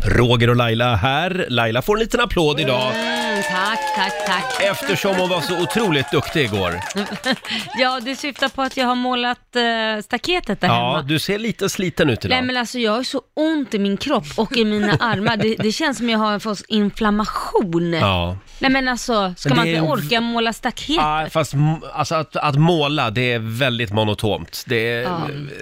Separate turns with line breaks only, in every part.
Roger och Laila här. Laila får en liten applåd idag
Mm, tack, tack, tack.
eftersom hon var så otroligt duktig igår.
Mm, Ja, du syftar på att jag har målat eh, staketet där
Ja,
hemma.
du ser lite sliten ut
Nej
idag.
men alltså jag har så ont i min kropp och i mina armar. Det, det känns som jag har fått inflammation.
Ja.
Nej men alltså, ska
Men
man
det
inte
är-
orka måla staket?
Ah, fast m- alltså att, att måla, det är väldigt monotont. Det är
Ja.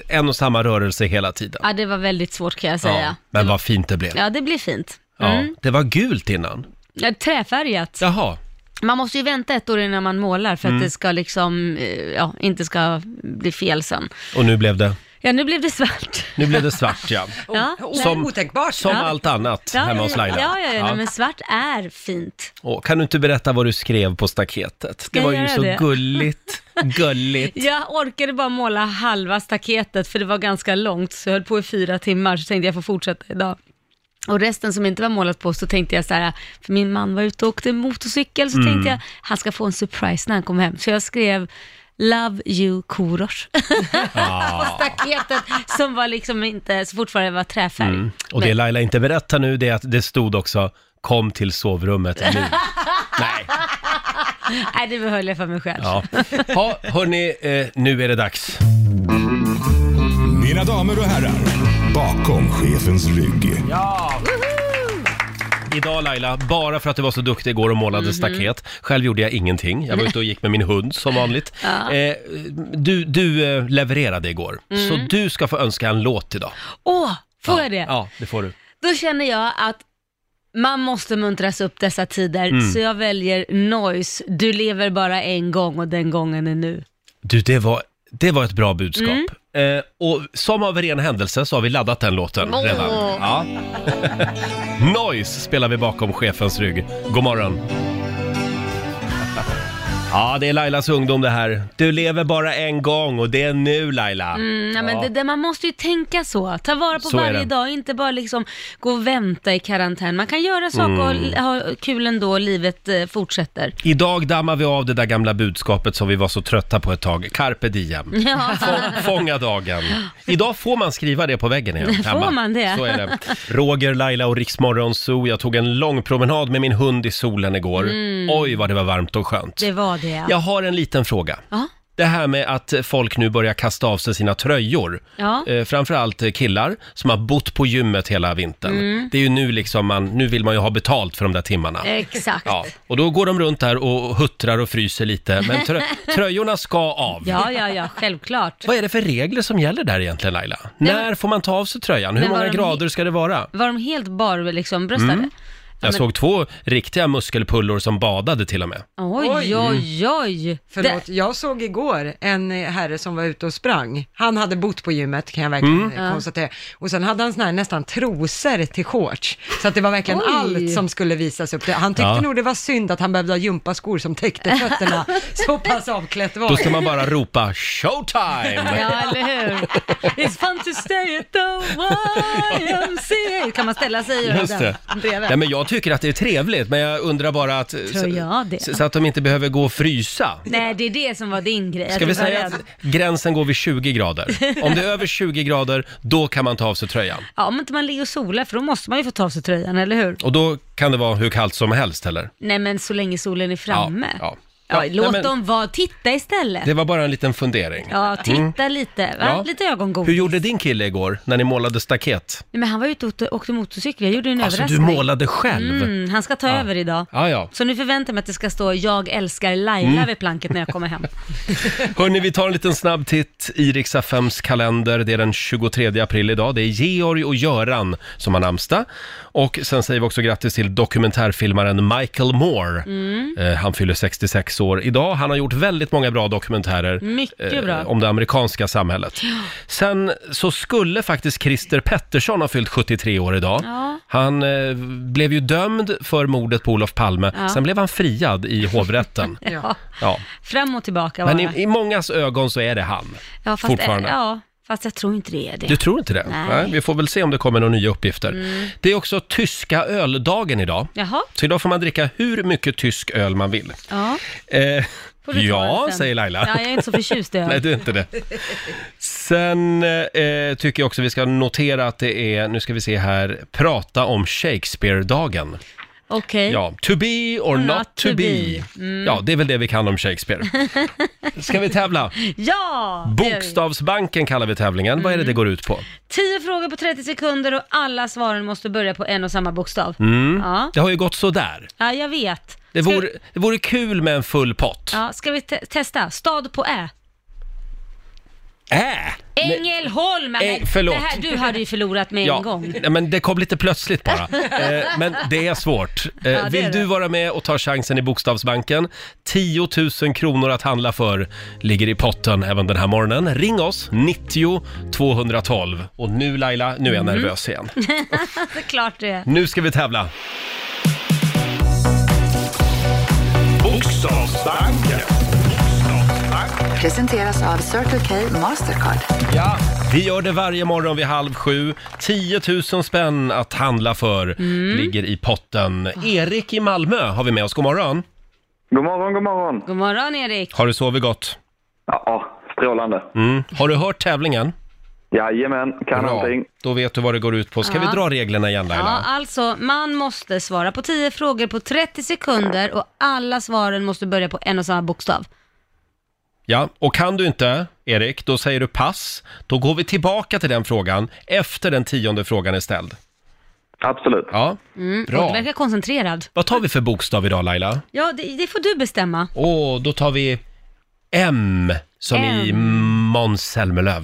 eh, en och samma rörelse hela tiden.
Ja, det var väldigt svårt kan jag
Ja,
säga.
men vad fint det blev.
Ja, det blir fint.
Ja,
Mm.
det var gult innan.
Ja. Träfärgat.
Jaha.
Man måste ju vänta ett år innan man målar för att
Mm.
det ska liksom, eh, ja, inte ska bli fel sen.
Och nu blev det,
Ja, nu blev det svart.
nu blev det svart ja.
Ja.
Som-
Som, otänkbart.
Som
Ja.
allt annat hemma hos Laila.
Ja, ja, ja,
Ja.
Nej, men svart är fint.
Och kan du inte berätta vad du skrev på staketet? Det
jag
var ju
göra
så
det?
gulligt, gulligt.
Jag orkade bara måla halva staketet för det var ganska långt, så jag höll på i fyra timmar, så tänkte jag får fortsätta idag. Och resten som inte var målat på, så tänkte jag så här, för min man var ute och åkte motorcykel, så
Mm.
tänkte jag, han ska få en surprise när han kommer hem. Så jag skrev Love you Korosh. på staketet som var liksom inte, så fortfarande var träfärg.
Mm. Och det Laila inte berättar nu det är att det stod också “Kom till sovrummet nu”. Nej,
Nej, det behöll jag för mig själv.
ja. Ha, hörni, eh, nu är det dags.
Mina damer och herrar, bakom chefens rygg.
Idag Laila, bara för att du var så duktig igår och målade
Mhm.
staket. Själv gjorde jag ingenting. Jag var ute och gick med min hund som vanligt. Eh, du du eh, levererade igår, så
Mm.
du ska få önska en låt idag.
Åh, får
ja,
jag det?
Ja, det får du.
Då känner jag att man måste muntras upp dessa tider,
Mm.
så jag väljer Noise. Du lever bara en gång och den gången är nu. Mm.
Du, det var, det var ett bra budskap. Eh, och som av en ren händelse så har vi laddat den låten
Åh.
redan. Ja. Noise spelar vi bakom chefens rygg. God morgon. Ja, det är Lailas ungdom det här. Du lever bara en gång och det är nu Laila.
Mm, ja, men det, det, man måste ju tänka så. Ta vara på
Ah, Så är
varje
det.
dag, inte bara liksom gå och vänta i karantän. Man kan göra saker och l-
Mm.
ha kul ändå, livet eh, fortsätter.
Idag dammar vi av det där gamla budskapet som vi var så trötta på ett tag. Carpe diem.
Ja.
Få, fånga dagen. Idag får man skriva det på väggen igen.
Får man det?
Så är det. Roger, Laila och Riksmorgon Zoo. Jag tog en lång promenad med min hund i solen igår. Oj, vad det var varmt och skönt.
Mm. Det var det ja.
Jag har en liten fråga.
Ja.
Det här med att folk nu börjar kasta av sig sina tröjor.
Ja.
Eh, framförallt eh, killar som har bott på gymmet hela vintern.
Mm.
Det är ju nu liksom man, nu vill man ju ha betalt för de där timmarna.
Exakt.
Ja,
Ja.
och då går de runt där och huttrar och fryser lite, men trö tröjorna ska av.
ja, ja, självklart.
Vad är det för regler som gäller där egentligen Laila? När får man ta av sig tröjan? Hur
Men var
många
de-
grader ska det vara?
Var de helt barbröstade? Liksom, bröstade?
Mm. Jag såg två riktiga muskelpullor som badade till och med.
Oj, oj,
Mm.
oj.
Förlåt, jag såg igår en eh, herre som var ute och sprang. Han hade bott på gymmet kan jag verkligen
Mm.
eh, konstatera. Och sen hade han sån här nästan trosor till shorts. Så att det var verkligen
Oj.
allt som skulle visas upp. Det- Han tyckte
Ja.
nog det var synd att han behövde ha gympaskor som täckte fötterna. så pass avklätt var
Då
det.
ska man bara ropa showtime!
Ja, eller hur? It's fun to stay at the YMCA. Kan man ställa sig och göra
Just det.
den
Nej,
bredvid?
men jag tycker att det är trevligt, men jag undrar bara att...
jag det.
Så, så att de inte behöver gå och frysa.
Nej, det är det som var din grej.
Ska vi
att du var
säga
rädd.
att gränsen går vid 20 grader? Om det är över 20 grader, då kan man ta av sig tröjan.
Ja, om inte man ligger och solar, för då måste man ju få ta av sig tröjan, eller hur?
Och då kan det vara hur kallt som helst, eller?
Nej, men så länge solen är framme.
Ja, ja.
Ja,
Ja,
låt
nej, men-
dem vara. Titta istället.
Det var bara en liten fundering.
Ja, titta lite. Va?
Ja.
Lite ögongodis.
Hur gjorde din kille igår när ni målade staket?
Nej, men han var ute och åkte- åkte motorcykel. Jag gjorde en
Alltså, du
överraskning.
målade själv?
Mm, han ska ta över idag.
Ja, Mm. ja.
Så nu förväntar jag mig att det ska stå “Jag älskar Laila” vid planket när jag kommer hem.
Hörni, vi tar en liten snabb titt i Rix FMs kalender. Det är den 23 april idag. Det är Georg och Göran som har namnsdag. Och sen säger vi också grattis till dokumentärfilmaren Michael Moore.
Mm.
Eh, han fyller 66 år idag. Han har gjort väldigt många bra dokumentärer.
Mycket
eh,
bra.
Om det amerikanska samhället. Sen så skulle faktiskt Christer Pettersson ha fyllt 73 år idag.
Ja.
Han eh, blev ju dömd för mordet på Olof Palme.
Ja.
Sen blev han friad i hovrätten.
Ja.
Ja.
Fram och tillbaka
Men
bara.
i, i mångas ögon så är det han.
ja, fast, eh,
fortfarande.
Ja, Fast jag tror inte det är det.
Du tror inte det?
Nej. Mm.
vi får väl se om det kommer några nya uppgifter. Det är också tyska öldagen idag.
Jaha.
Så idag får man dricka hur mycket tysk öl man vill.
Ja,
Eh,
får du ta
ja,
den sen.
säger Laila.
Ja, jag är inte så förtjust i öl.
Nej, du är inte det. Sen eh, tycker jag också vi ska notera att det är, nu ska vi se här, prata om Shakespeare-dagen.
Okej.
Ja, to be or not, to, be. Mm.
Mm.
Ja, det är väl det vi kan om Shakespeare. Ska vi tävla?
Ja! det Mm. gör vi.
Bokstavsbanken kallar vi tävlingen. Vad är det det går ut på?
10 frågor på 30 sekunder och alla svaren måste börja på en och samma bokstav.
Mm.
Ja.
Det har ju gått så där.
ja, jag vet.
Det
Ska vi-
vore, det vore kul med en full pott.
Ja, ska vi te- testa? Stad på Ä.
Äh!
Ängelholm! men
Äng- förlåt.
Det här, du hade ju förlorat med en gång.
nej, men det kom lite plötsligt bara. Eh, men det är svårt. Eh,
Ja, det
vill
är det.
du vara med och ta chansen i Bokstavsbanken? 10 000 kronor att handla för ligger i potten även den här morgonen. Ring oss, 90 212. Och nu Laila, nu är
Mm.
jag nervös igen.
Det är klart det är.
Nu ska vi tävla.
Bokstavsbanken.
Presenteras av Circle K Mastercard.
Ja, vi gör det varje morgon vid halv sju. 10 000 spänn att handla för
Mm.
ligger i potten. Erik i Malmö har vi med oss. God morgon.
God morgon, god morgon.
God morgon Erik.
Har du sovit gott?
Ja, strålande.
Mm. Har du hört tävlingen?
Jajamän, kan
Bra.
någonting.
Då vet du vad det går ut på. Ska vi dra reglerna igen
Ja,
Laila?
alltså man måste svara på 10 frågor på 30 sekunder och alla svaren måste börja på en och samma bokstav.
Ja. Och kan du inte, Erik, då säger du pass. Då går vi tillbaka till den frågan efter den tionde frågan är ställd.
Absolut.
Ja,
Du
bra.
Mm, verkar koncentrerad.
Vad tar vi för bokstav idag Laila?
Ja, det, det får du bestämma.
Åh, då tar vi M som i Måns Zelmerlöw.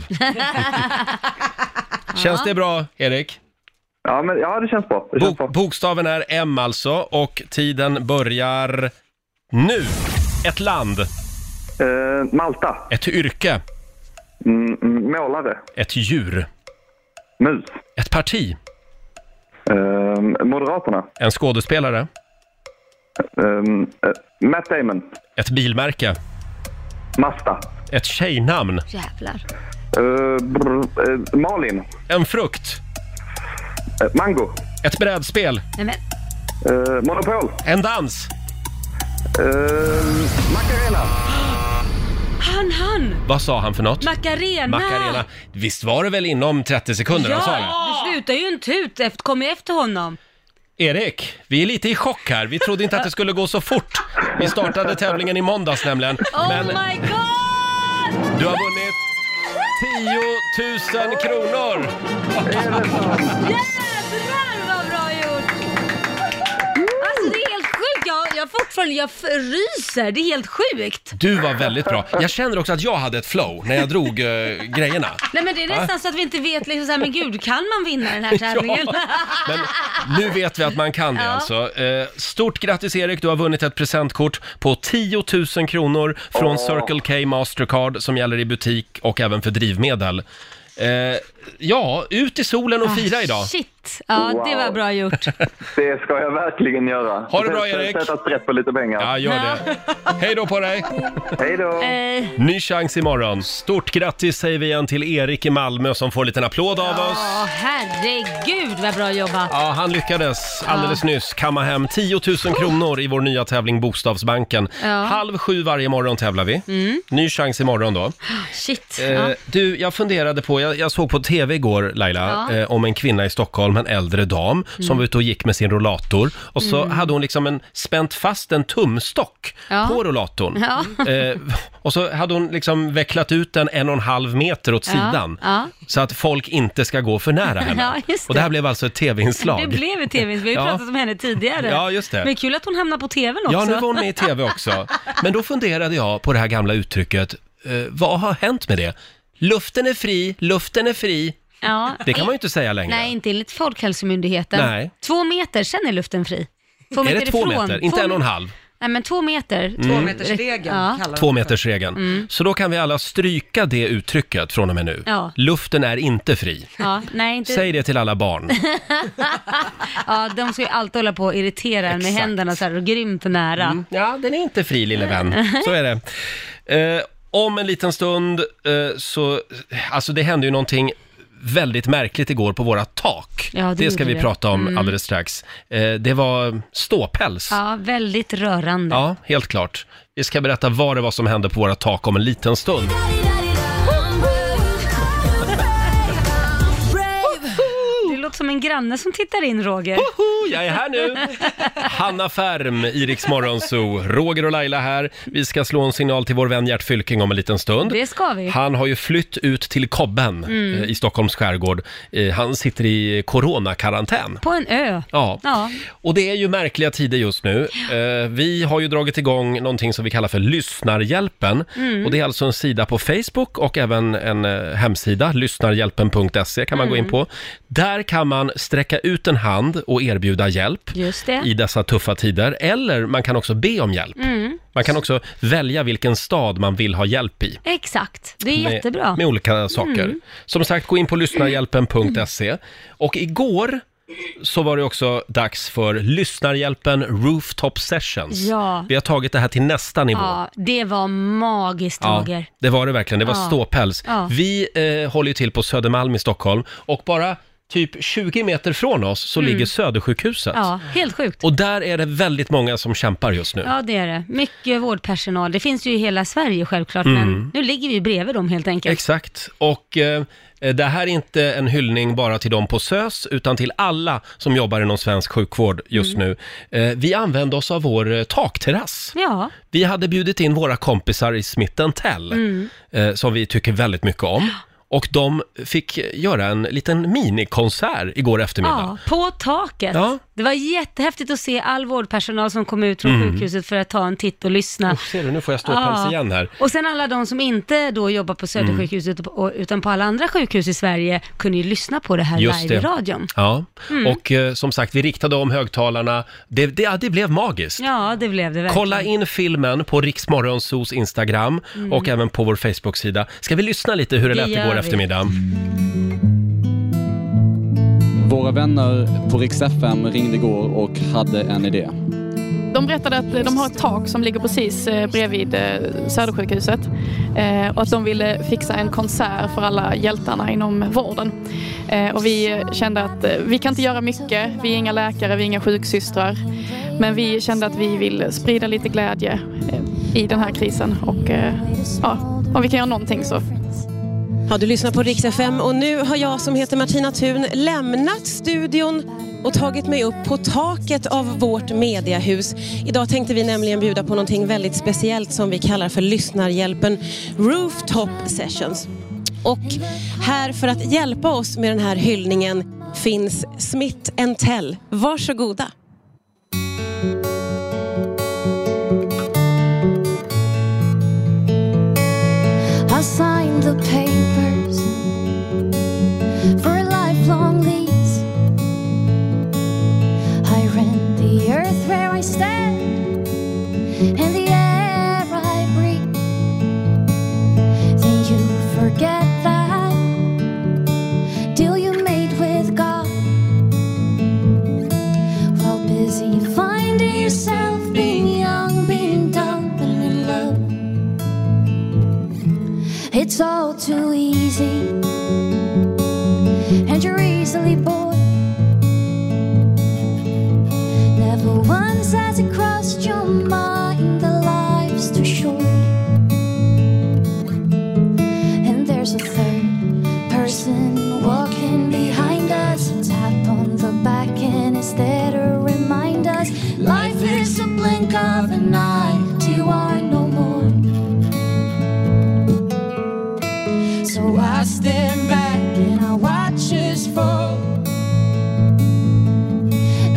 Känns det bra, Erik?
Ja, men, ja det känns bra. Det känns
Bo-
bra.
bokstaven är M alltså och tiden börjar nu. Ett land,
Eh, Malta.
ett yrke,
Mm, mm, målare.
ett djur,
Mus.
ett parti,
Eh, Moderaterna.
en skådespelare,
Eh, eh, Matt Damon.
ett bilmärke,
Masta.
ett tjejnamn,
Jävlar.
Eh, brr, eh, Malin.
en frukt,
Eh, Mango.
ett brädspel,
Nej, men,
Eh, Monopol.
en dans.
Eh, Macarena.
han, han!
Vad sa han för något?
Macarena!
Macarena. Visst var det väl inom 30 sekunder han sa det?
Ja, du slutar ju inte ut efter, kom ju efter honom.
Erik, vi är lite i chock här. Vi trodde inte att det skulle gå så fort. Vi startade tävlingen i måndags nämligen.
Oh
Men
my god!
du har vunnit 10 000 kronor!
Jädrar vad bra gjort! Alltså det är helt sjukt, jag, jag fortfarande, jag f- ryser, det är helt sjukt.
Du var väldigt bra. Jag känner också att jag hade ett flow när jag drog eh, grejerna.
Nej men det är nästan så att vi inte vet liksom så här, men gud kan man vinna den här tävlingen?
Men nu vet vi att man kan det alltså. Eh, Stort grattis Erik, du har vunnit ett presentkort på 10 000 kronor från Circle K Mastercard som gäller i butik och även för drivmedel. Eh, ja, ut i solen och fira idag.
Ah, Shit, ja det var
Wow.
bra gjort.
Det ska jag verkligen göra.
Ha det bra, Erik.
Sätta sprätt på lite pengar.
Ja, gör det. Hej då på dig!
Hej då.
Eh,
Ny chans imorgon. Stort grattis säger vi igen till Erik i Malmö som får en liten applåd av oss.
Ja, herregud vad bra jobbat.
Ja, han lyckades alldeles nyss kamma hem 10 000 kronor i vår nya tävling Bokstavsbanken.
Ja.
Halv sju varje morgon tävlar vi. Ny chans imorgon då.
Ah, Shit.
Eh,
Ja.
Du, jag funderade på, jag, jag såg på TV igår Laila,
Ja. Mm.
eh, om en kvinna i Stockholm, en äldre dam, som var ute och gick med sin rollator och så hade hon liksom en, spänt fast en tumstock
Ja.
på rollatorn.
Ja.
Eh, och så hade hon liksom vecklat ut den en och en halv meter åt sidan.
ja.
Så att folk inte ska gå för nära henne.
Ja, just det.
Och det här blev alltså ett TV-inslag.
Det blev ett tv vi har ju
Ja.
pratat om henne tidigare.
Ja, just det.
Men kul att hon hamnar på tvn också.
Ja, nu var hon med i tv också. Men då funderade jag på det här gamla uttrycket, eh, vad har hänt med det? Luften är fri, luften är fri.
Ja.
Det kan man ju inte säga längre.
Nej, inte enligt Folkhälsomyndigheten.
Nej.
Två meter, sen är luften fri. Två
Är det två
ifrån.
meter? Inte
Två
en och en
me-
halv? Mm.
Nej, men två meter.
Tvåmetersregeln
Ja.
kallar de
Två
det för.
meters regeln.
Mm.
Så då kan vi alla stryka det uttrycket från och med nu.
Ja.
Luften är inte fri.
Ja, nej, inte...
Säg det till alla barn.
ja, de ska ju alltid hålla på och irritera en med
Exakt. Mm.
händerna så här och grymt nära.
Ja, den är inte fri lille vän. Så är det. Eh, Om en liten stund eh, så, alltså det hände ju någonting väldigt märkligt igår på våra tak.
Ja, det
det ska
gjorde
vi
det. Mm.
prata om alldeles strax. Eh, det var ståpäls. Ja.
Ja, väldigt rörande.
helt klart. Vi ska berätta vad det var som hände på våra tak om en liten stund.
Det låter som en granne som tittar in, Roger.
Woho, Oh, jag är här nu! Hanna Färm, Iriks morgonzoo. Roger och Laila här. Vi ska slå en signal till vår vän Gert Fylking om en liten stund.
Det Mm. ska vi.
Han har ju flytt ut till Kobben eh, i Stockholms skärgård. Eh, Han sitter i coronakarantän.
På en ö.
Ja.
Ja.
och det är ju märkliga tider just nu. Eh, Vi har ju dragit igång någonting som vi kallar för Lyssnarhjälpen.
Mm.
Och det är alltså en sida på Facebook och även en eh, hemsida, lyssnarhjälpen.se kan man
Mm.
gå in på. Där kan man sträcka ut en hand och erbjuda hjälp
Just det.
i dessa tuffa tider. Eller man kan också be om hjälp.
Mm.
Man kan också välja vilken stad man vill ha hjälp i
Exakt. Det är
med,
jättebra. Mm.
med olika saker. Som sagt, gå in på lyssnarhjälpen.se. Och igår så var det också dags för Lyssnarhjälpen Rooftop Sessions.
Ja.
Vi har tagit det här till nästa nivå.
Ja, det var magiskt,
Ja,
Roger.
det var det verkligen. Det var
Ja.
ståpäls.
Ja.
Vi eh, håller ju till på Södermalm i Stockholm och bara typ 20 meter från oss så ligger Södersjukhuset.
Mm. Ja, helt sjukt.
Och där är det väldigt många som kämpar just nu.
Ja, det är det. Mycket vårdpersonal. Det finns ju i hela Sverige självklart, men nu ligger vi bredvid dem helt enkelt.
Mm. Exakt. Och eh, det här är inte en hyllning bara till dem på SÖS, utan till alla som jobbar inom svensk sjukvård just
Mm.
nu. Eh, vi använde oss av vår eh, takterrass.
ja,
Vi hade bjudit in våra kompisar i Smith Tell,
Mm.
eh, som vi tycker väldigt mycket om. Och de fick göra en liten minikonsert igår eftermiddag.
ja, på taket.
Ja.
Det var jättehäftigt att se all vårdpersonal som kom ut från sjukhuset för att ta en titt och lyssna.
Mm. Usch, ser du, nu får jag ståpäls
Ja.
igen här. Mm.
Och sen alla de som inte då jobbar på Södersjukhuset och- utan på alla andra sjukhus i Sverige kunde ju lyssna på det här
Just
live i
det.
radion. Mm.
Ja, och eh, som sagt, vi riktade om högtalarna. Det, det, ja, det blev magiskt.
Ja, det blev det verkligen.
Kolla in filmen på Riksmorgonsos Instagram och även på vår Facebook-sida. Ska vi lyssna lite hur det,
Mm. Det
lät
gör
igår
vi.
eftermiddag?
Våra vänner på Rix FM ringde igår och hade en idé.
De berättade att eh, de har ett tak som ligger precis eh, bredvid eh, Södersjukhuset eh, och att de ville fixa en konsert för alla hjältarna inom vården. Eh, Och vi kände att eh, vi kan inte göra mycket, vi är inga läkare, vi är inga sjuksystrar. Men vi kände att vi vill sprida lite glädje eh, i den här krisen och eh, ja, om vi kan göra någonting så
Ja, du lyssnar på Rix FM och nu har jag som heter Martina Thun lämnat studion och tagit mig upp på taket av vårt mediehus. Idag tänkte vi nämligen bjuda på någonting väldigt speciellt som vi kallar för Lyssnarhjälpen Rooftop Sessions. Och här för att hjälpa oss med den här hyllningen finns Smith Tell. Varsågoda.
I signed the papers for a lifelong lease. I rent the earth where I stand and the air I breathe. Then you forget that deal you made with God while busy finding yourself being young, being dumb, and in love. It's all too easy, and you're easily bored. Never once has it crossed your mind that life's too short. And there's a third person walking behind us. A tap on the back, and it's there to remind us life is a blink of an eye. You are no more. So I stand back and I watch us fall.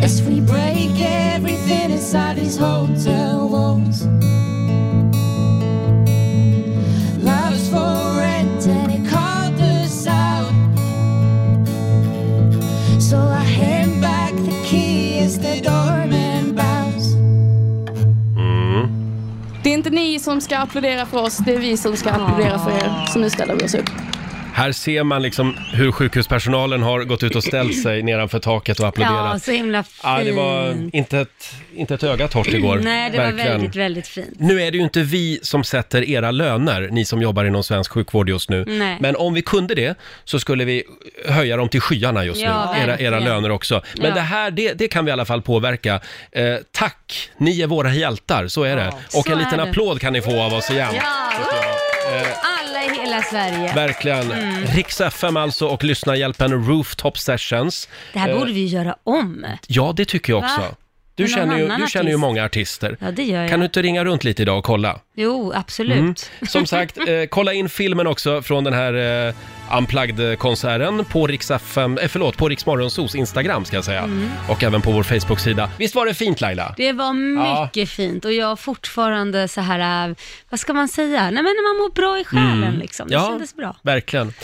As we break everything inside these hotel walls. Love is for rent and it called us out. So I hand back the key as the doorman bows.
det är inte ni som ska applådera för oss, det är vi som ska applådera för er. Så nu ställer vi oss upp.
Här ser man liksom hur sjukhuspersonalen har gått ut och ställt sig nedanför taket och applåderat.
Ja, så himla fint.
Ja, det var inte ett, inte ett öga torrt igår.
Nej, det var väldigt, väldigt fint.
Nu är det ju inte vi som sätter era löner, ni som jobbar inom svensk sjukvård just nu.
Nej.
Men om vi kunde det så skulle vi höja dem till skyarna just
Ja,
nu, era, era
verkligen.
löner också. Men
Ja.
det här, det, det kan vi i alla fall påverka. Eh, tack, ni är våra hjältar, så är det. Och
Så
en
är
liten
det.
applåd kan ni få av oss igen.
Ja,
Eh,
alla i hela Sverige.
Verkligen.
Mm.
Rix FM alltså och lyssnarhjälpen Rooftop Sessions.
Det här borde
Eh,
vi ju göra om.
Ja, det tycker jag
Va?
också. Du
Men någon
känner, ju,
annan
du känner ju
artist?
många artister.
Ja, det gör jag.
Kan du inte ringa runt lite idag och kolla?
Jo, absolut.
Mm. Som sagt, eh, kolla in filmen också från den här eh, Unplugged-konserten på Rix FM, eh, förlåt, på Rix Morgonzos Instagram ska jag säga.
Mm.
Och även på vår Facebook-sida. Visst var det fint Laila?
Det var mycket fint och jag har fortfarande så här, äh, vad ska man säga? Nej men man mår bra i själen
Mm.
liksom. Det
Ja.
kändes bra.
Verkligen.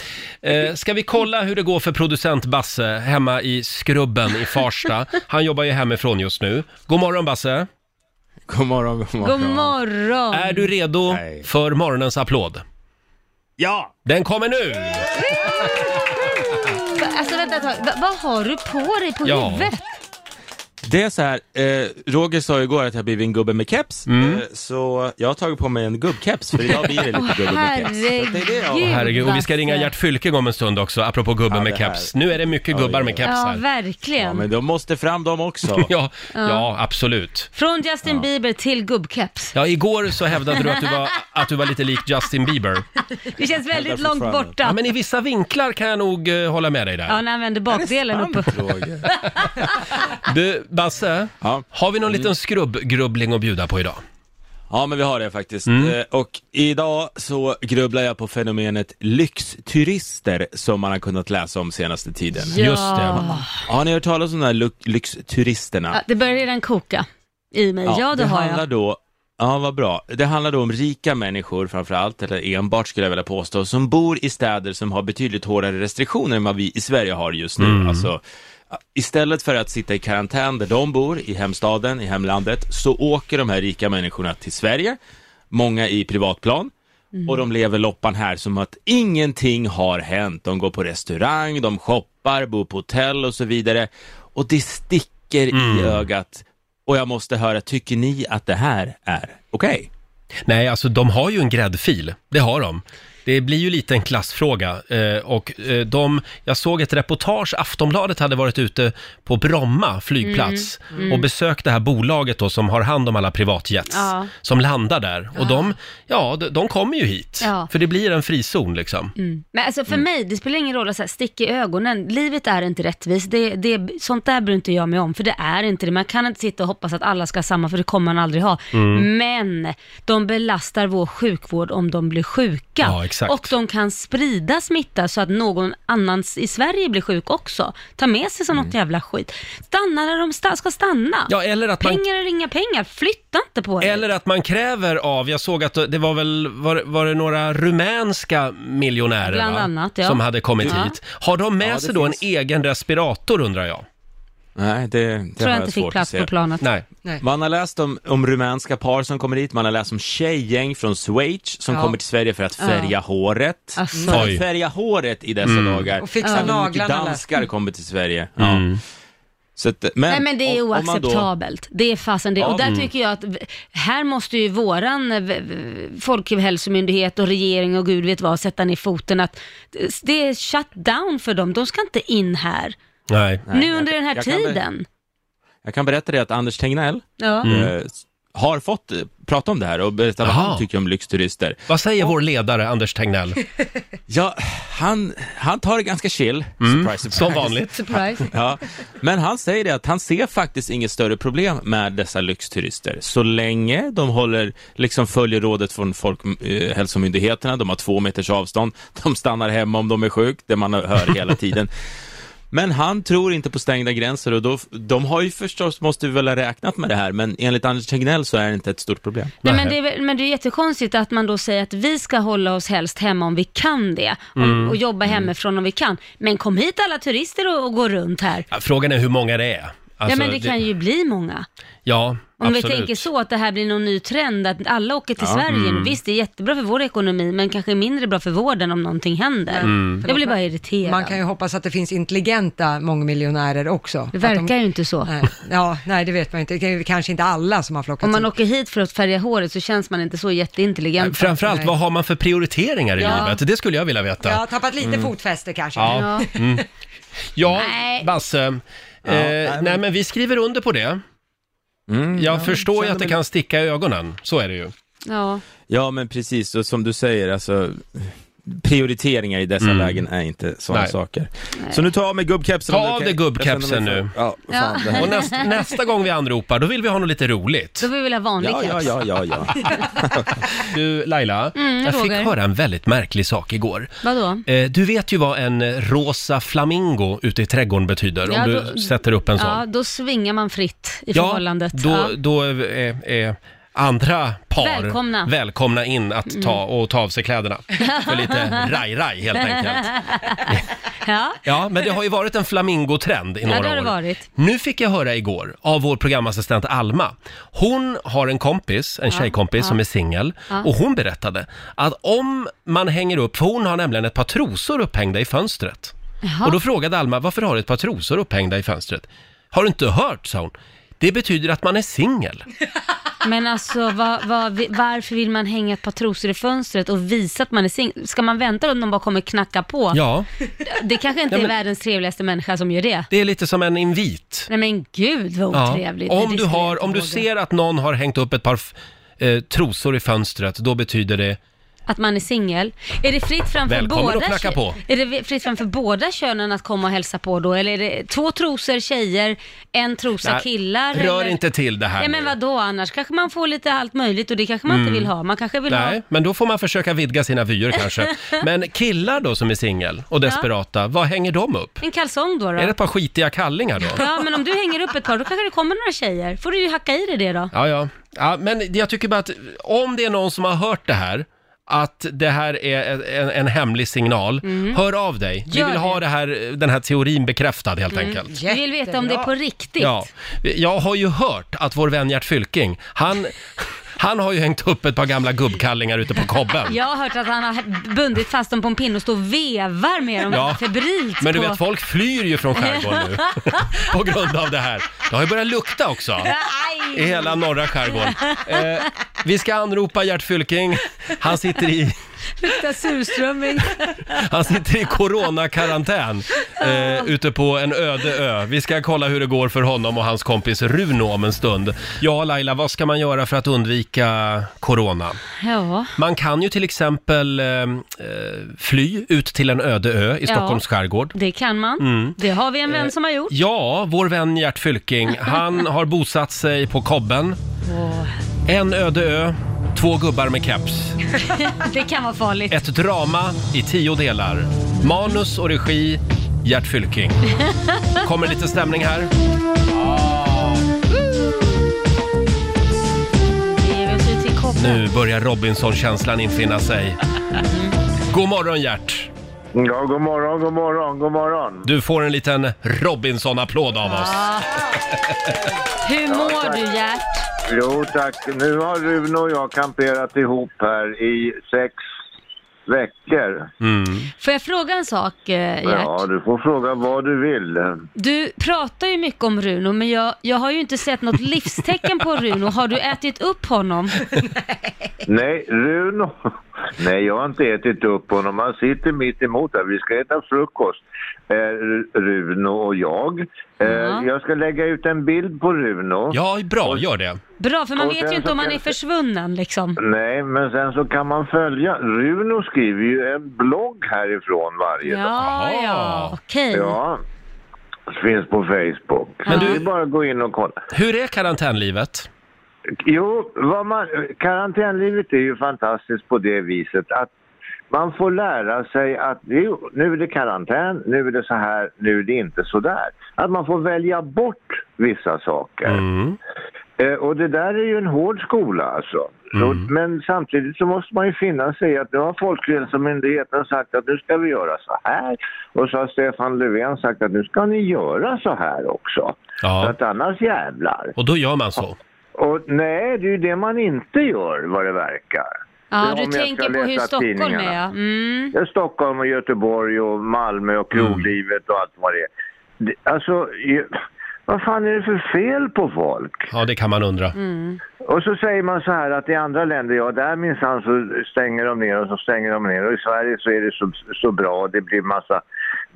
Eh, ska vi kolla hur det går för producent Basse hemma i Skrubben i Farsta? Han jobbar ju hemifrån just nu. God morgon Basse! God morgon, god
God morgon!
Är du redo för morgonens applåd? Ja! Den kommer nu!
Va- Alltså vänta ett tag, Va, vad har du på dig på
Ja.
huvudet?
Det är så här, eh, Roger sa igår att jag blivit en gubbe med keps,
Mm.
eh, så jag har tagit på mig en gubbkeps för idag blir det lite gubbe med keps.
Åh,
herregud. alltså.
herregud, och vi ska ringa
Basse.
Gert Fylking om en stund också, apropå gubben
Ja, det
med
här.
keps. Nu är det mycket
Ja,
gubbar
det
med
är
keps
Ja,
här.
verkligen.
de måste fram de också. ja,
Ja.
ja, absolut.
Från Justin Bieber till gubbkeps.
Ja, igår så hävdade du att du var, att du var lite lik Justin Bieber.
Det känns väldigt långt borta.
Ja, men i vissa vinklar kan jag nog eh, hålla med dig där.
Ja, när han vänder bakdelen upp.
Du, Basse, har vi någon liten skrubbgrubbling att bjuda på idag?
Ja men vi har det faktiskt.
Mm.
Eh, Och idag så grubblar jag på fenomenet lyxturister som man har kunnat läsa om senaste tiden.
Ja. Just det.
Har ni hört talas om de här lu- lyxturisterna?
Ja, det börjar redan koka i mig. Ja, det, har
handlar
jag.
Då, ja, vad bra. Det handlar då om rika människor framför allt, eller enbart skulle jag vilja påstå, som bor i städer som har betydligt hårdare restriktioner än vad vi i Sverige har just nu.
Mm.
Alltså, istället för att sitta i karantän där de bor, i hemstaden, i hemlandet, så åker de här rika människorna till Sverige, många i privatplan,
Mm.
och de lever loppan här som att ingenting har hänt. De går på restaurang, de shoppar, bor på hotell och så vidare. Och det sticker i ögat. Och jag måste höra, tycker ni att det här är okej?
Nej, alltså de har ju en gräddfil. Det har de. Det blir ju lite en klassfråga. Eh, och eh, de, jag såg ett reportage, Aftonbladet hade varit ute på Bromma flygplats
Mm, mm.
och besökt det här bolaget då som har hand om alla privatjets
Ja.
som landar där. Och de, ja, de, de kommer ju hit.
Ja.
För det blir en frizon liksom.
Mm. Men alltså för
Mm.
mig, det spelar ingen roll att så här, sticka i ögonen. Livet är inte rättvist. Det, det, sånt där bryr inte jag mig om, för det är inte det. Man kan inte sitta och hoppas att alla ska ha samma, för det kommer man aldrig ha.
Mm.
Men de belastar vår sjukvård om de blir sjuka.
Ja, exakt.
Och de kan sprida smitta så att någon annan i Sverige blir sjuk också. Ta med sig som något jävla skit. Stanna där de sta- ska stanna.
Ja, eller att man-
pengar är inga pengar. Flytta inte på dig.
Eller att man kräver av, jag såg att det var väl, var, var det några rumänska miljonärer
Bland
va?
annat, ja.
som hade kommit
Ja.
hit. Har de med
Ja, det
sig då
finns.
en egen respirator undrar jag?
Nej, det, det
Tror jag inte fick plats på planet.
Nej.
Nej.
Man har läst om, om rumänska par som kommer hit, man har läst om tjejgäng från Schweiz som
Ja.
kommer till Sverige för att färga
Ja.
håret.
Alltså.
För
Oj.
att färga håret i dessa
Mm.
dagar.
Och fixa
Även mycket
naglarna, läste
danskar kommer till Sverige.
Ja.
Så att, men,
Nej men det är
om- om man då-
oacceptabelt. Det är fasen det.
Ja.
Och där
Mm.
tycker jag att v- här måste ju våran eh, v- v- folkhälsomyndighet och regering och gud vet vad sätta ner foten att eh, det är shut down för dem. De ska inte in här.
Nej.
nu under den här
jag kan ber-
tiden.
jag kan berätta det att Anders Tegnell
Ja. Mm.
eh, har fått eh, prata om det här och berätta vad han tycker om lyxturister.
Vad säger vår ledare Anders Tegnell?
ja, han, han tar det ganska chill. surprise, surprise.
Mm. som vanligt.
Surprise.
Ja, men han säger det att han ser faktiskt inget större problem med dessa lyxturister så länge de håller, liksom följer rådet från Folkhälsomyndigheterna, de har två meters avstånd, de stannar hemma om de är sjuka, det man hör hela tiden. Men han tror inte på stängda gränser och då, de har ju förstås, måste vi väl ha räknat med det här, men enligt Anders Tegnell så är det inte ett stort problem.
Nej, men, det är, väl- men det är jättekonstigt att man då säger att vi ska hålla oss helst hemma om vi kan det om,
Mm.
och jobba hemifrån om vi kan. Men kom hit alla turister och, och gå runt här.
Alltså,
Ja, Frågan är hur många det är.
ja men det kan ju bli många.
Ja,
Om vi
Absolut.
tänker så att det här blir någon ny trend, att alla åker till
Ja.
Sverige.
Mm.
Visst, det är jättebra för vår ekonomi, men kanske mindre bra för vården om någonting händer.
Mm.
Jag blir bara irriterad.
Man kan ju hoppas att det finns intelligenta mångmiljonärer också.
Det verkar ju inte så.
Nej, ja, nej, det vet man inte. Det är ju kanske inte alla som har flockat
Om man
hit.
åker hit för att färga håret så känns man inte så jätteintelligent.
Framförallt, vad har man för prioriteringar i
Ja.
livet? Det skulle jag vilja veta.
Jag har tappat lite
Mm.
fotfäste kanske.
Ja, mm. ja
Nej.
Basse.
nej, Mm,
eh, nej, men vi skriver under på det. jag förstår ju
känner
att det
mig-
kan sticka i ögonen, så är det ju.
Ja.
Ja, men precis. Och som du säger, alltså prioriteringar i dessa
Mm.
lägen är inte sådana
Nej.
saker. Så nu tar jag av mig gubbkepsen.
Ta
om det är
av
okej.
dig gubbkepsen
Jag känner mig
nu.
för- Ja, fan, det här.
Och näst, nästa gång vi anropar, då vill vi ha något lite roligt.
Då vill vi väl ha vanlig
Ja, ja,
keps.
ja, ja, ja. Du, Laila,
Mm,
jag fick
Roger.
höra en väldigt märklig sak igår.
Vadå?
Eh, Du vet ju vad en eh, rosa flamingo ute i trädgården betyder,
Ja,
om du
då-
sätter upp en sån.
Ja, då svingar man fritt i förhållandet.
Då,
Ja.
då är, är andra par
Välkomna.
välkomna in att ta
Mm.
och ta av sig kläderna. För lite raj-raj helt enkelt.
ja.
Ja, men det har ju varit en flamingotrend i
ja, det
några
har det
år.
varit.
Nu fick jag höra igår av vår programassistent Alma. Hon har en kompis, en
Ja,
tjejkompis
ja.
som är singel
Ja.
och hon berättade att om man hänger upp, för hon har nämligen ett par trosor upphängda i fönstret.
Jaha.
Och då frågade Alma, varför har du ett par trosor upphängda i fönstret? Har du inte hört, sa hon. Det betyder att man är singel.
Men alltså, va, va, vi- varför vill man hänga ett par trosor i fönstret och visa att man är singel? Ska man vänta om de bara kommer knacka på?
Ja,
Det kanske inte
Ja, men-
är världens trevligaste människa som gör det.
det är lite som en invit.
Nej men gud vad
Ja.
otrevligt. Det
Om, du
skulle jag
har,
inte
om du
våga.
ser att någon har hängt upp ett par f- eh, trosor i fönstret, då betyder det
Att man är singel. Är det fritt framför
Välkommen
båda
att knacka
kö-
på.
Är det fritt framför båda könen att komma och hälsa på då? Eller är det två trosor tjejer, en trosa
Nej,
killar?
Rör
eller?
inte till det här
Ja men
nu.
vadå annars? Kanske man får lite allt möjligt och det kanske man
Mm.
inte vill ha. Man kanske vill
Nej,
ha...
men då får man försöka vidga sina vyer kanske. Men killar då som är singel och
Ja.
desperata, vad hänger de upp?
En kalsong då, då.
Är det ett par skitiga kallingar då?
Ja men om du hänger upp ett par då kanske det kommer några tjejer. Får du ju hacka i dig det då.
Ja, ja. ja, men jag tycker bara att om det är någon som har hört det här, att det här är en, en hemlig signal,
Mm.
hör av dig. Vi
Gör
vill
det.
ha det här, den här teorin bekräftad helt enkelt.
Mm. Vi vill veta om det är på riktigt.
Ja, jag har ju hört att vår vän Gert Fylking, han, han har ju hängt upp ett par gamla gubbkallingar ute på kobben.
Jag har hört att han har bundit fast dem på en pinne och står och vevar med dem
Ja,
febrilt
Men du
på...
vet, folk flyr ju från skärgården nu på grund av det här. Det har ju börjat lukta också i
Aj!
hela norra skärgården. Eh, vi ska anropa Gert Fylking. Han sitter i,
Luktar surströmming.
han sitter i coronakarantän eh, ute på en öde ö. Vi ska kolla hur det går för honom och hans kompis Runo om en stund. Ja, Laila, vad ska man göra för att undvika corona?
Ja.
Man kan ju till exempel eh, eh, fly ut till en öde ö i
Ja.
Stockholms skärgård.
Det kan man.
Mm.
Det har vi en vän som har gjort.
Ja, vår vän Gert Fylking, han har bosatt sig på Kobben. Eh.
Åh.
En öde ö, två gubbar med keps.
det kan vara farligt.
Ett drama i tio delar. Manus och regi, Gert Fylking. Kommer lite stämning här.
Det är väl så till koppen.
Nu börjar Robinson-känslan infinna sig. God morgon Gert!
Ja, god morgon, god morgon, god morgon.
Du får en liten Robinson-applåd av oss.
Ja. Ah. Hur mår du Gert?
Jo tack. Nu har Rune och jag kamperat ihop här i sex veckor.
Mm.
Får jag fråga en sak eh, Gert?
Ja, du får fråga vad du vill.
Du pratar ju mycket om Runo, men jag, jag har ju inte sett något livstecken på Runo. Har du ätit upp honom?
Nej, Runo. Nej, jag har inte ätit upp honom. Han sitter mitt emot här. Vi ska äta frukost, eh, Ru- Runo och jag. Eh, Jag ska lägga ut en bild på Runo.
Ja, bra, gör det.
Bra, för man
Och
vet
sen
ju inte
så
om han är
kanske-
försvunnen liksom.
Nej, men sen så kan man följa. Runo skriver ju en blogg härifrån varje dag.
Ja, ja, okej.
Ja, finns på Facebook.
Men
Det
du-
är bara att gå in och kolla.
Hur är karantänlivet?
Jo, vad man, karantänlivet är ju fantastiskt på det viset att man får lära sig att jo, nu är det karantän, nu är det så här, nu är det inte så där. Att man får välja bort vissa saker. Eh, och det där är ju en hård skola alltså.
Mm.
Och, men samtidigt så måste man ju finna sig i att nu har Folkhälsomyndigheten sagt att nu ska vi göra så här. Och så har Stefan Löfven sagt att nu ska ni göra så här också.
Ja.
För att annars jävlar.
Och då gör man så.
Och Och nej, det är ju det man inte gör vad det verkar.
Ja,
Om
du
jag ska
tänker på hur
läsa
Stockholm är
tidningarna.
ja. Mm.
Det är Stockholm och Göteborg och Malmö och
Mm.
kroglivet och allt vad det är. Det, alltså, ju- vad fan är det för fel på folk?
Ja, det kan man undra.
Mm.
Och så säger man så här att i andra länder, ja där minsann så stänger de ner och så stänger de ner och i Sverige så är det så, så bra, det blir massa,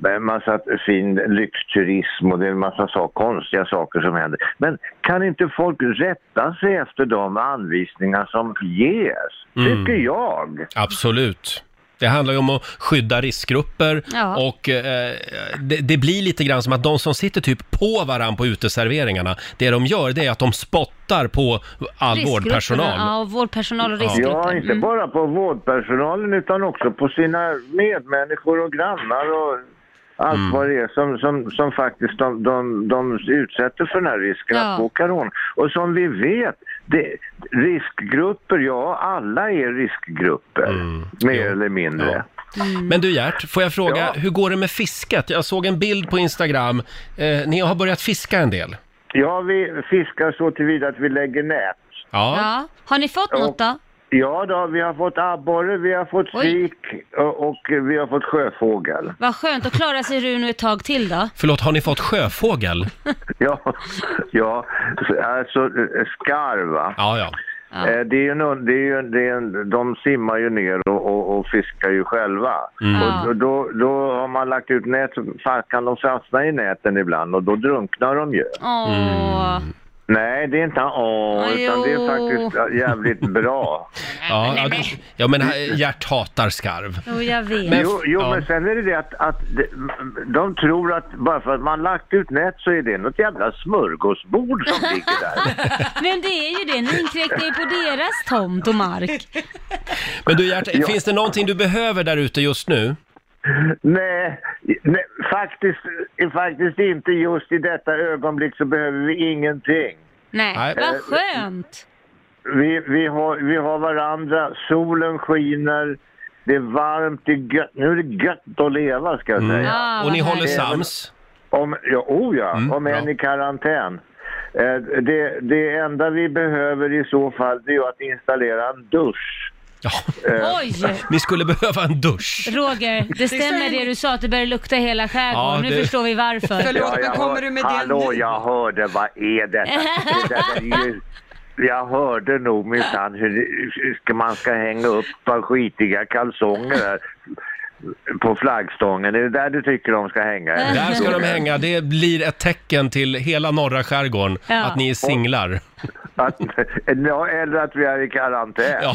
eh, massa fin lyxturism och det är massa så, konstiga saker som händer. Men kan inte folk rätta sig efter de anvisningar som ges?
Mm.
Tycker jag.
Absolut. Det handlar ju om att skydda riskgrupper
Ja.
och eh, det, det blir lite grann som att de som sitter typ på varann på uteserveringarna, det de gör det är att de spottar på all
Riskgrupperna,
vårdpersonal.
Ja, och vårdpersonal och riskgrupper.
Ja, inte
Mm.
bara på vårdpersonalen utan också på sina medmänniskor och grannar och allt
Mm.
vad det är som, som, som faktiskt de, de, de utsätter för den här risken
Ja.
att få corona. Och som vi vet, det, riskgrupper, ja alla är riskgrupper,
Mm.
mer eller mindre. Mm.
Men du Gert, får jag fråga, hur går det med fisket? Jag såg en bild på Instagram. Eh, ni har börjat fiska en del.
Ja, vi fiskar så tillvida att vi lägger nät.
Ja. Har ni fått något då?
Ja då, vi har fått abborre, vi har fått sik och, och vi har fått sjöfågel.
Vad skönt, då klarar sig Runo ett tag till då.
Förlåt, har ni fått sjöfågel?
Ja, ja, alltså eh, skarv va?
Ja, ja.
Eh, Det är ju en, un- det är ju, en- det är en, de simmar ju ner och, och, och fiskar ju själva.
Mm.
Och då, då, då har man lagt ut nät, så fan, kan de fastna i näten ibland och då drunknar de ju.
Åh.
Mm.
Nej, det är inte åh,
Aj,
utan det är
jo.
faktiskt eh, jävligt bra.
Ja, ja, du- ja men eh, Gert hatar skarv.
Jo, jag vet.
Men-
jo, jo
ja.
men sen är det det att, att de, de tror att bara för att man lagt ut nät så är det något jävla smörgåsbord som ligger där.
Men det är ju det, ni inkräktar ju på deras tomt och mark.
Men du Gert,
Ja.
finns det någonting du behöver där ute just nu?
Nej, nej faktiskt, faktiskt inte. Just i detta ögonblick så behöver vi ingenting.
Nej,
Nej.
vad skönt.
Vi, vi, har, vi har varandra, solen skiner, det är varmt, det är gött. Nu är det gött att leva ska jag
Mm.
säga.
Ah, Och ni vad håller härligt. sams? Mm,
Om, ja, oh ja, om än i karantän. Eh, Det, det enda vi behöver i så fall det är ju att installera en dusch. Eh,
Oj!
Ni skulle behöva en dusch.
Roger, det stämmer det du sa att det börjar lukta i hela skärgården.
Ja,
Nu
det-
förstår vi varför.
jag hör- Hallå, jag hörde, vad är detta? det där är ju... Jag hörde nog minsann hur det- hur ska- man ska hänga upp ett par skitiga kalsonger här på flaggstången. Är det där du tycker de ska hänga?
Där ska de hänga. Det blir ett tecken till hela norra skärgården
Ja.
att ni är singlar.
Att, ja, eller att vi är i karantän.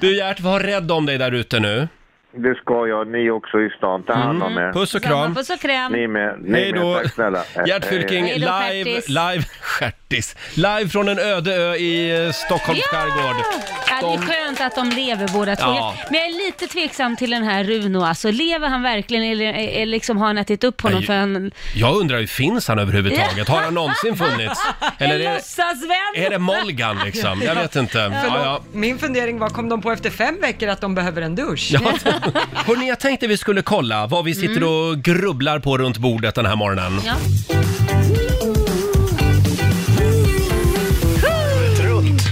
Du Gert, var rädd om dig där ute nu.
Det ska jag. Ni också i stan. Ta hand om er.
Mm. Puss och kram.
Puss och kräm.
Ni med. Ni
Hej då.
med. Tack snälla.
Gert Fylking,
Hej då,
live,
stjärtis.
live, stjärtis. live från en öde ö i eh, Stockholms skärgård.
Ah! Ja, det är skönt att de lever båda två.
Ja.
Men jag är lite tveksam till den här Runo. Alltså, lever han verkligen eller, eller liksom, har han ätit upp honom
Nej.
för han...
Jag undrar ju, finns han överhuvudtaget? Har han någonsin funnits? Eller är,
Låtsasvän!
är det Molgan liksom? Jag vet inte. Ja,
Förlåt,
ja.
Min fundering var, kom de på efter fem veckor att de behöver en dusch?
Hörni, jag tänkte vi skulle kolla vad vi sitter och grubblar på runt bordet den här morgonen.
Mm. Ja.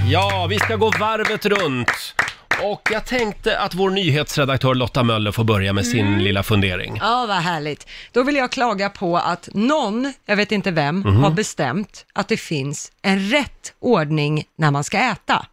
Ja, vi ska gå varvet runt. Och jag tänkte att vår nyhetsredaktör Lotta Möller får börja med sin
Mm.
lilla fundering.
Ja, vad härligt. Då vill jag klaga på att någon, jag vet inte vem,
Mhm.
har bestämt att det finns en rätt ordning när man ska äta.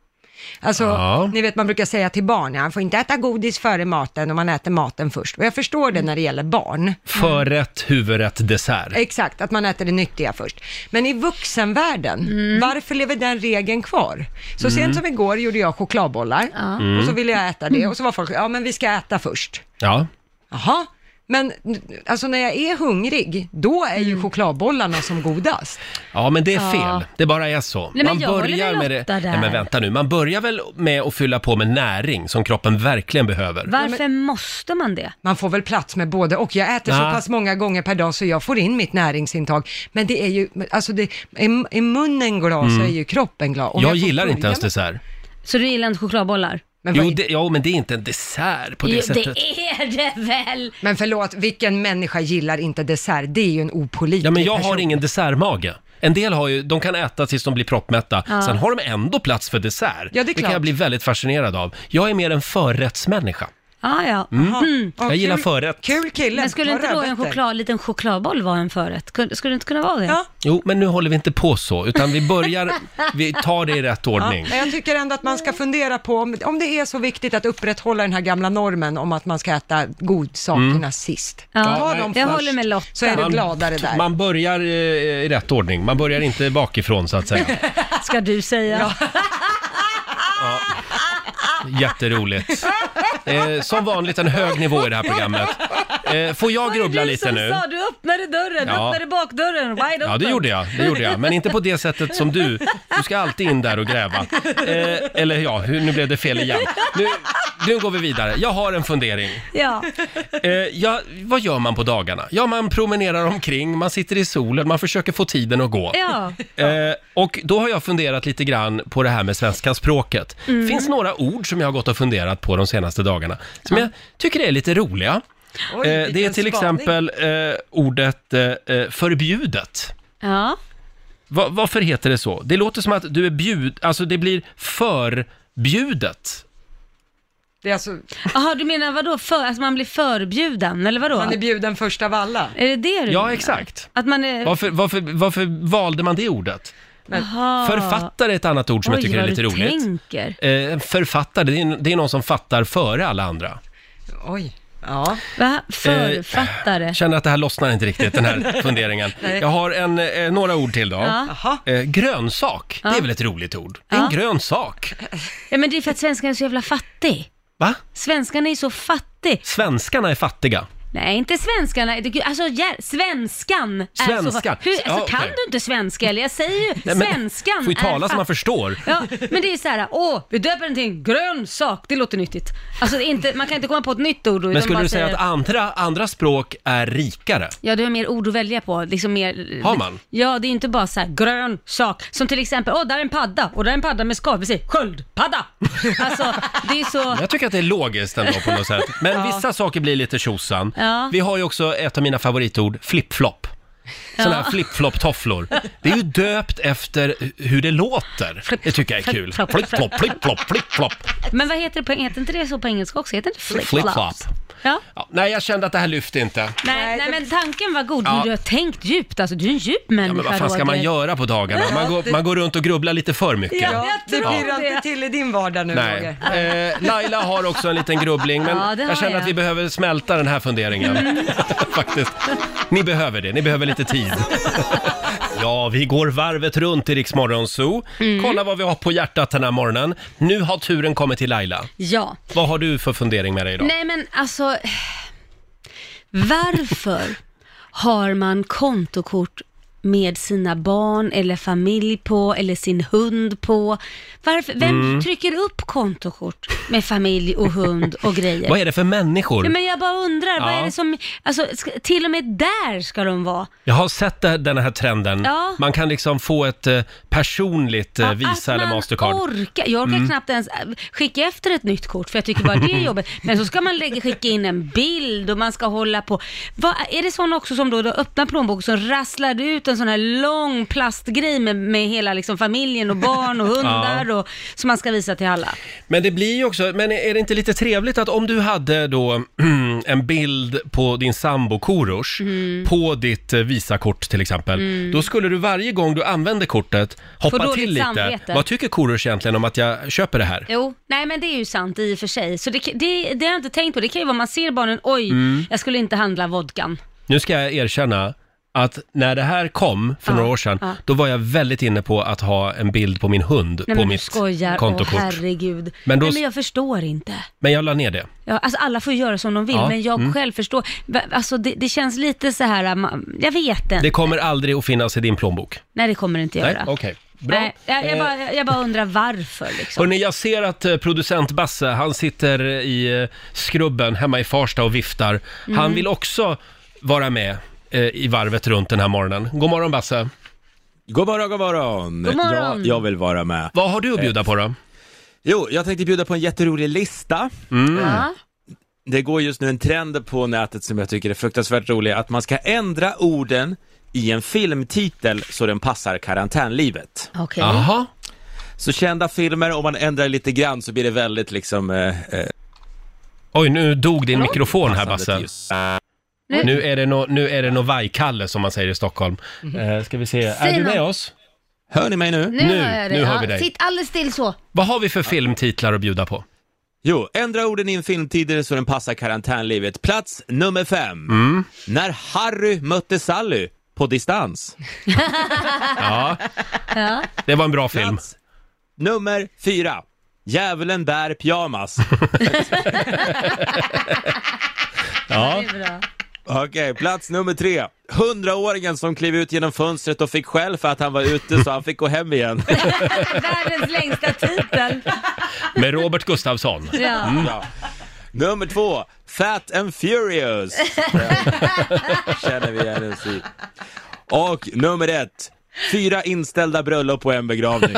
Alltså,
Ja.
ni vet man brukar säga till barn, han får inte äta godis före maten och man äter maten först. Och jag förstår det när det gäller barn.
Förrätt, huvudrätt, dessert.
Exakt, att man äter det nyttiga först. Men i vuxenvärlden,
Mm.
varför lever den regeln kvar? Så
Mm.
sent som igår gjorde jag chokladbollar och så
Mm.
ville jag äta det och så var folk, ja men vi ska äta först.
Ja.
Jaha, men alltså när jag är hungrig, då är
Mm.
ju chokladbollarna som godast.
Ja, men det är
Ja.
fel. Det bara är så.
Nej, men jag håller med
med det.
Lotta där.
Nej, men vänta nu. Man börjar väl med att fylla på med näring som kroppen verkligen behöver.
Varför måste man det?
Man får väl plats med både och. Jag äter så
Ja.
pass många gånger per dag så jag får in mitt näringsintag. Men det är ju, alltså det, är, är munnen glad så
Mm.
är ju kroppen glad. Om
jag
får
gillar inte
börja
ens
med-
dessert.
Så du gillar inte chokladbollar?
jo, det, ja, men det är inte en dessert på det
Jo,
sättet.
det är det väl!
Men förlåt, vilken människa gillar inte dessert? Det är ju en opålitlig
Ja, men jag
person.
har ingen dessertmage. en del har ju, de kan äta tills de blir proppmätta,
Ja.
sen har de ändå plats för dessert.
Ja, det är
kan
klart.
jag bli väldigt fascinerad av. Jag är mer en förrättsmänniska.
Ah, ja.
Mm. Jag gillar
kul-
förrätt.
Kul kille.
Men skulle
Ta
inte då en
rödbetor.
choklad, liten chokladboll vara en förrätt? Kun- Skulle det inte kunna vara det? Ja.
Jo, men nu håller vi inte på så, utan vi börjar, vi tar det i rätt ordning.
Ja, men jag tycker ändå att man ska fundera på om, om det är så viktigt att upprätthålla den här gamla normen om att man ska äta godsakerna
Mm.
sist.
Ja,
Ta
jag
dem först,
håller med Lotta.
så är du
Man-
gladare där.
Man börjar eh, i rätt ordning, man börjar inte bakifrån så att säga.
Ska du säga.
Jätteroligt. Eh, som vanligt en hög nivå i det här programmet. Eh, får jag grubbla lite
Som
nu?
sa, du öppnade dörren, du
Ja.
öppnade bakdörren. Wide
Ja, det
open.
gjorde jag. Det gjorde jag. Men inte på det sättet som du. Du ska alltid in där och gräva. Eh, eller ja, hur- nu blev det fel igen. Nu, nu går vi vidare. Jag har en fundering.
Ja.
Eh, ja, vad gör man på dagarna? Ja, man promenerar omkring, man sitter i solen, man försöker få tiden att gå.
ja.
Eh, och då har jag funderat lite grann på det här med svenska språket.
Mm.
finns några ord som jag har gått och funderat på de senaste dagarna, som jag tycker är lite roliga.
Oj,
eh, det är
vilken
till
spaning.
exempel eh, ordet eh, eh, förbjudet.
Ja.
Va, varför heter det så? Det låter som att du är bjud... Alltså det blir förbjudet.
Det är alltså,
Jaha, du menar vadå? För, alltså man blir förbjuden, eller vadå?
man är bjuden först av alla.
Är det det du
Ja,
menar?
exakt.
Att man är...
Varför, varför, varför valde man det ordet?
Jaha.
Författare är ett annat ord som
Ah. Oj,
jag tycker är
vad
lite
du
roligt.
tänker.
Eh, författare, det är, det är någon som fattar före alla andra.
Oj. Ja.
Va?
Eh,
Författare?
Jag känner att det här lossnar inte riktigt, den här funderingen.
Nej.
Jag har en, eh, några ord till då.
Ja.
Eh, grönsak, det
Ja.
är väl ett roligt ord? Det är
Ja.
en grön sak.
Ja, men det är för att svenskan är så jävla fattig.
Va?
Svenskarna är så fattig.
Svenskarna är fattiga.
Nej, inte svenskarna. Det- Alltså, ja, svenskan är så
Svenskan.
fattig. Hur, alltså,
Ja, okej.
kan du inte svenska? Eller jag säger ju,
Nej, men-
svenskan
Får ju tala
är
så man
fattig.
förstår.
Ja, men det är så här, åh, vi döper den till en grön sak, det låter nyttigt. Alltså det är inte, man kan inte komma på ett nytt ord.
Men skulle du säga att andra, andra språk är rikare?
Ja, du har mer ord att välja på. Liksom mer,
Har man?
Ja, det är inte bara så här grön sak. Som till exempel, åh, där är en padda och där är en padda med skal. Vi säger sköldpadda. Alltså, det är så...
Jag tycker att det är logiskt ändå på något sätt. Men
Ja.
vissa saker blir lite tjosan.
Ja.
Vi har ju också ett av mina favoritord, flip-flop. Sådana
Ja.
här flip-flop-tofflor. Det är ju döpt efter hur det låter. Det tycker jag är kul.
flip-flop,
Flip-flop, flip-flop, flip-flop.
Men vad heter det på Heter inte det så på engelska också? Heter inte flip-flop?
Flip-flop.
Ja.
Ja, nej, jag kände att det här lyfte inte.
Nej, nej, men tanken var god,
Ja.
men du har tänkt djupt. Alltså, du är en djup människa,
Ja, men vad fan ska man
Roger.
göra på dagarna? Man
Ja,
går,
det-
man går runt och grubblar lite för mycket.
Ja, det
Ja.
blir inte till i din vardag nu
Nej.
Roger.
Eh, Laila har också en liten grubbling, men
Ja, det har
jag känner
jag.
att vi behöver smälta den här funderingen. Faktiskt. Ni behöver det, ni behöver lite tid. ja, vi går varvet runt i Rix Morgon Zoo.
Mm.
Kolla vad vi har på hjärtat den här morgonen. Nu har turen kommit till Laila.
Ja.
Vad har du för fundering med dig idag?
Nej, men alltså... Varför har man kontokort med sina barn eller familj på eller sin hund på? Varför, vem
Mm.
trycker upp kontokort med familj och hund och grejer?
Vad är det för människor?
Nej, men jag bara undrar, vad
Ja.
är det som... Alltså, ska, till och med där ska de vara.
Jag har sett det- den här trenden.
Ja.
Man kan liksom få ett eh, personligt eh, Visa eller Mastercard.
Orka, jag orkar
Mm.
knappt ens äh, skicka efter ett nytt kort för jag tycker bara det är jobbigt. Men så ska man lägga, skicka in en bild och man ska hålla på. Va, är det sådana också som då, då öppnar plånboken så rasslar det ut en sån här lång plastgrej med, med hela liksom, familjen och barn och hundar och, som man ska visa till alla?
Men det blir ju också, men är det inte lite trevligt att om du hade då en bild på din sambo Korosh
Mm.
på ditt eh, Visakort till exempel,
Mm.
då skulle du varje gång du använder kortet hoppa
dåligt
till lite.
samvete.
Vad tycker Korosh egentligen om att jag köper det här?
Jo, nej men det är ju sant i och för sig. Så det, det, det har jag inte tänkt på. Det kan ju vara man ser barnen, oj,
Mm.
jag skulle inte handla vodkan.
Nu ska jag erkänna att när det här kom för några år sedan,
ja.
då var jag väldigt inne på att ha en bild på min hund
Nej
på
men du
mitt
skojar,
kontokort.
åh herregud.
Men då-
Nej men jag förstår inte.
Men jag la ner det.
Ja, alltså alla får göra som de vill,
Ja,
men jag
mm.
själv förstår. Va- Alltså det, det känns lite så här, man- jag vet inte.
Det kommer aldrig att finnas i din plånbok.
Nej, det kommer det inte
Nej,
göra.
okej. Bra.
Nej, jag, jag,
Eh,
bara, jag- jag bara undrar varför liksom.
Hörni, jag ser att eh, producent Basse, han sitter i eh, skrubben hemma i Farsta och viftar. Han
Mm.
vill också vara med eh, i varvet runt den här morgonen. God morgon Basse!
God morgon, god morgon!
God morgon.
Jag, jag vill vara med. Eh,
Vad har du att bjuda på då?
Jo, jag tänkte bjuda på en jätterolig lista.
Mm.
Ja.
Det går just nu en trend på nätet som jag tycker är fruktansvärt rolig, att man ska ändra orden i en filmtitel så den passar karantänlivet.
Okej.
Jaha.
Så kända filmer, om man ändrar lite grann så blir det väldigt liksom... Eh,
Oj, nu dog din mikrofon här Basse.
Nu-
Nu är det nå- nu är det nå vajkalle som man säger i Stockholm. Eh, ska vi se, är
Säg
du
något.
med oss? Hör ni mig
Nu, hör jag dig.
Mm. nu hör
Ja,
vi dig.
Sitt alldeles still så.
Vad har vi för filmtitlar att bjuda på?
Jo, ändra orden i en filmtitel så den passar karantänlivet. Plats nummer fem.
Mm.
När Harry mötte Sally på distans. Ah.
ja,
Ja.
det var en bra film.
Plats nummer fyra. Djävulen bär pyjamas.
Ja.
Det är bra.
Okej, plats nummer tre. Hundraåringen som klev ut genom fönstret och fick skäll för att han var ute så han fick gå hem igen.
Världens längsta titel.
Med Robert Gustafsson.
Ja. Mm.
Ja. Nummer två, Fat and Furious. känner vi igen oss i. Och nummer ett, fyra inställda bröllop och en begravning.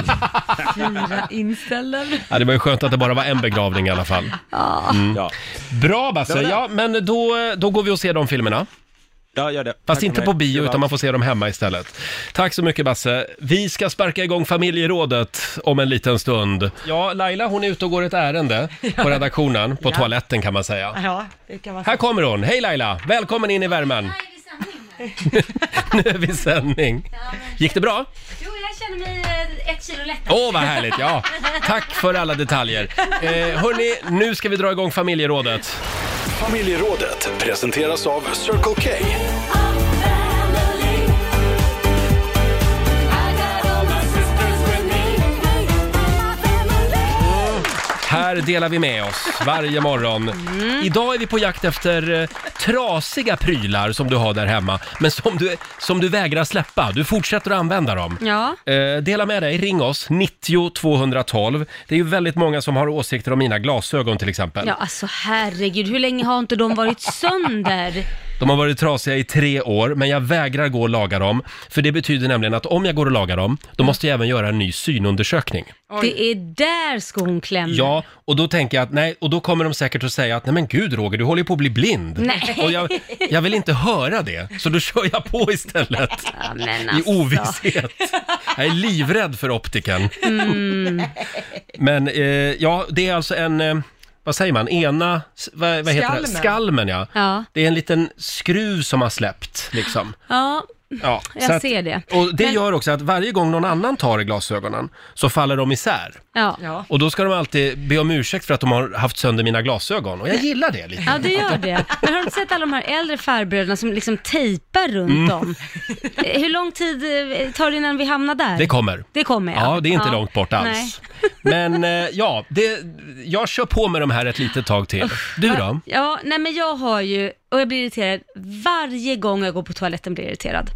Fyra inställda.
Ja, det var ju skönt att det bara var en begravning i alla fall. Mm.
Ja.
Bra
Det
Basse,
var det.
ja men då, då går vi och ser de filmerna.
Ja, gör det.
Fast
Tack
inte
för
på
mig. Det
bio
var
utan man
allt.
får se dem hemma istället. Tack så mycket Basse. Vi ska sparka igång familjerådet om en liten stund. Ja, Laila hon är ute och går ett ärende på redaktionen, på
Ja.
toaletten kan man säga.
Ja, det kan vara
Här kommer hon. Hej Laila, välkommen in i värmen. nu är vi i sändning. Gick det bra?
Jo, jag känner mig eh, ett kilo lättare.
Åh, vad härligt! Ja. Tack för alla detaljer. Eh, hörni, nu ska vi dra igång familjerådet.
Familjerådet presenteras av Circle K.
Här delar vi med oss varje morgon.
Mm.
Idag är vi på jakt efter eh, trasiga prylar som du har där hemma, men som du, som du vägrar släppa. Du fortsätter att använda dem.
Ja.
Eh, dela med dig, ring oss, 90 212. Det är ju väldigt många som har åsikter om mina glasögon till exempel.
ja, alltså herregud, hur länge har inte de varit sönder?
De har varit trasiga i tre år, men jag vägrar gå och laga dem. För det betyder nämligen att om jag går och lagar dem,
Mm.
då måste jag även göra en ny synundersökning.
Det är där skon klämmer.
Ja, och då tänker jag att nej, och då kommer de säkert att säga att nej men gud Roger, du håller ju på att bli blind.
Nej.
Och jag, jag vill inte höra det, så då kör jag på istället.
alltså.
I ovisshet. Jag är livrädd för optiken.
Mm.
Men eh, ja, det är alltså en, eh, vad säger man, ena, s- vad, vad heter det?
Skalmen.
Skalmen ja.
Ja.
Det är en liten skruv som har släppt liksom.
Ja,
Ja,
Jag
så att-
ser det.
Och det
Men-
gör också att varje gång någon annan tar i glasögonen så faller de isär.
ja.
Och då ska de alltid be om ursäkt för att de har haft sönder mina glasögon. Och jag gillar det lite.
Ja, det gör det. Men har du inte sett alla de här äldre farbröderna som liksom tejpar runt
Mm.
dem? Eh, Hur lång tid eh, tar det innan vi hamnar där?
Det kommer.
Det kommer, ja.
Ja, det är inte långt bort alls.
Nej.
Men eh, ja, det, jag kör på med de här ett litet tag till. Du då?
Ja, nej men jag har ju, och jag blir irriterad, varje gång jag går på toaletten blir jag irriterad.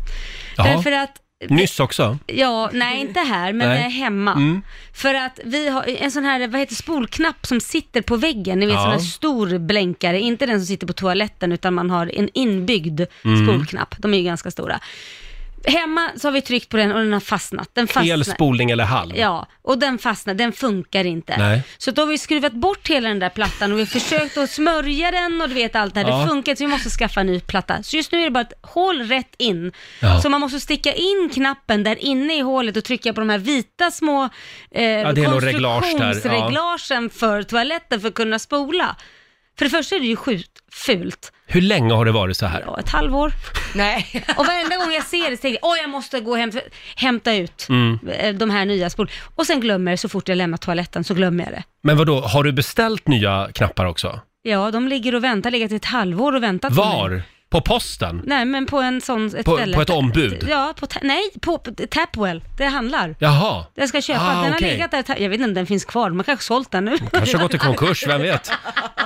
Jaha.
Därför att
Nyss också?
Ja, nej inte här, men
Nej.
eh, hemma.
Mm.
För att vi har en sån här, vad heter spolknapp som sitter på väggen, ni vet
Ja.
sån här stor blänkare, inte den som sitter på toaletten utan man har en inbyggd
Mm.
spolknapp, de är ju ganska stora. Hemma så har vi tryckt på den och den har fastnat. Den fastnar.
Hel spolning eller halv?
Ja, och den fastnar, den funkar inte.
Nej.
Så då har vi skruvat bort hela den där plattan och vi har försökt att smörja den och du vet allt det här.
Ja.
Det funkar inte, så vi måste skaffa en ny platta. Så just nu är det bara ett hål rätt in.
Ja.
Så man måste sticka in knappen där inne i hålet och trycka på de här vita små eh,
det är nog reglage där, ja.
konstruktionsreglagen för toaletten för att kunna spola. För det första är det ju sjukt fult.
Hur länge har det varit så här?
Ja, ett halvår. Nej. Och varenda gång jag ser det så tänker jag, åh jag måste gå och hämta, hämta ut
Mm.
eh, de här nya spol. Och sen glömmer jag det så fort jag lämnar toaletten, så glömmer jag det.
Men vadå, har du beställt nya knappar också?
Ja, de ligger och väntar, legat i ett halvår och väntat. på mig.
Var? På posten?
Nej, men på en sån, ett
På-
ställe.
på ett ombud?
Ja, på, ta- nej, på, på Tapwell, det handlar.
Jaha.
Jag ska köpa,
Ah,
den har
okej.
legat där, ett ha- jag vet inte om den finns kvar, man kanske sålt den nu.
Kanske har gått i konkurs, vem vet?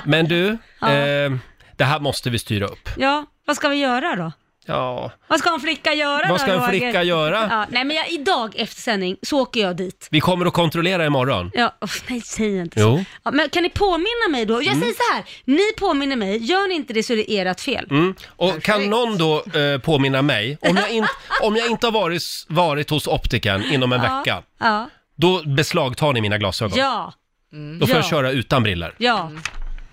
Men du,
Ja.
eh, det här måste vi styra upp.
Ja, vad ska vi göra då?
Ja,
Vad ska en flicka göra
Vad
då,
ska en
Roger?
flicka göra?
Ja, nej, men jag, idag efter sändning så åker jag dit.
vi kommer att kontrollera imorgon.
Ja, uff, nej, säg inte så.
Jo.
Ja, men kan ni påminna mig då? Jag
Mm.
säger så här, ni påminner mig, gör ni inte det så är det ert fel.
Mm. Och kan någon då eh, påminna mig, om jag, in, om jag inte har varit, varit hos optiken inom en
ja,
vecka,
Ja.
då beslagtar ni mina glasögon.
Ja.
Då får
ja.
jag köra utan briller.
Ja.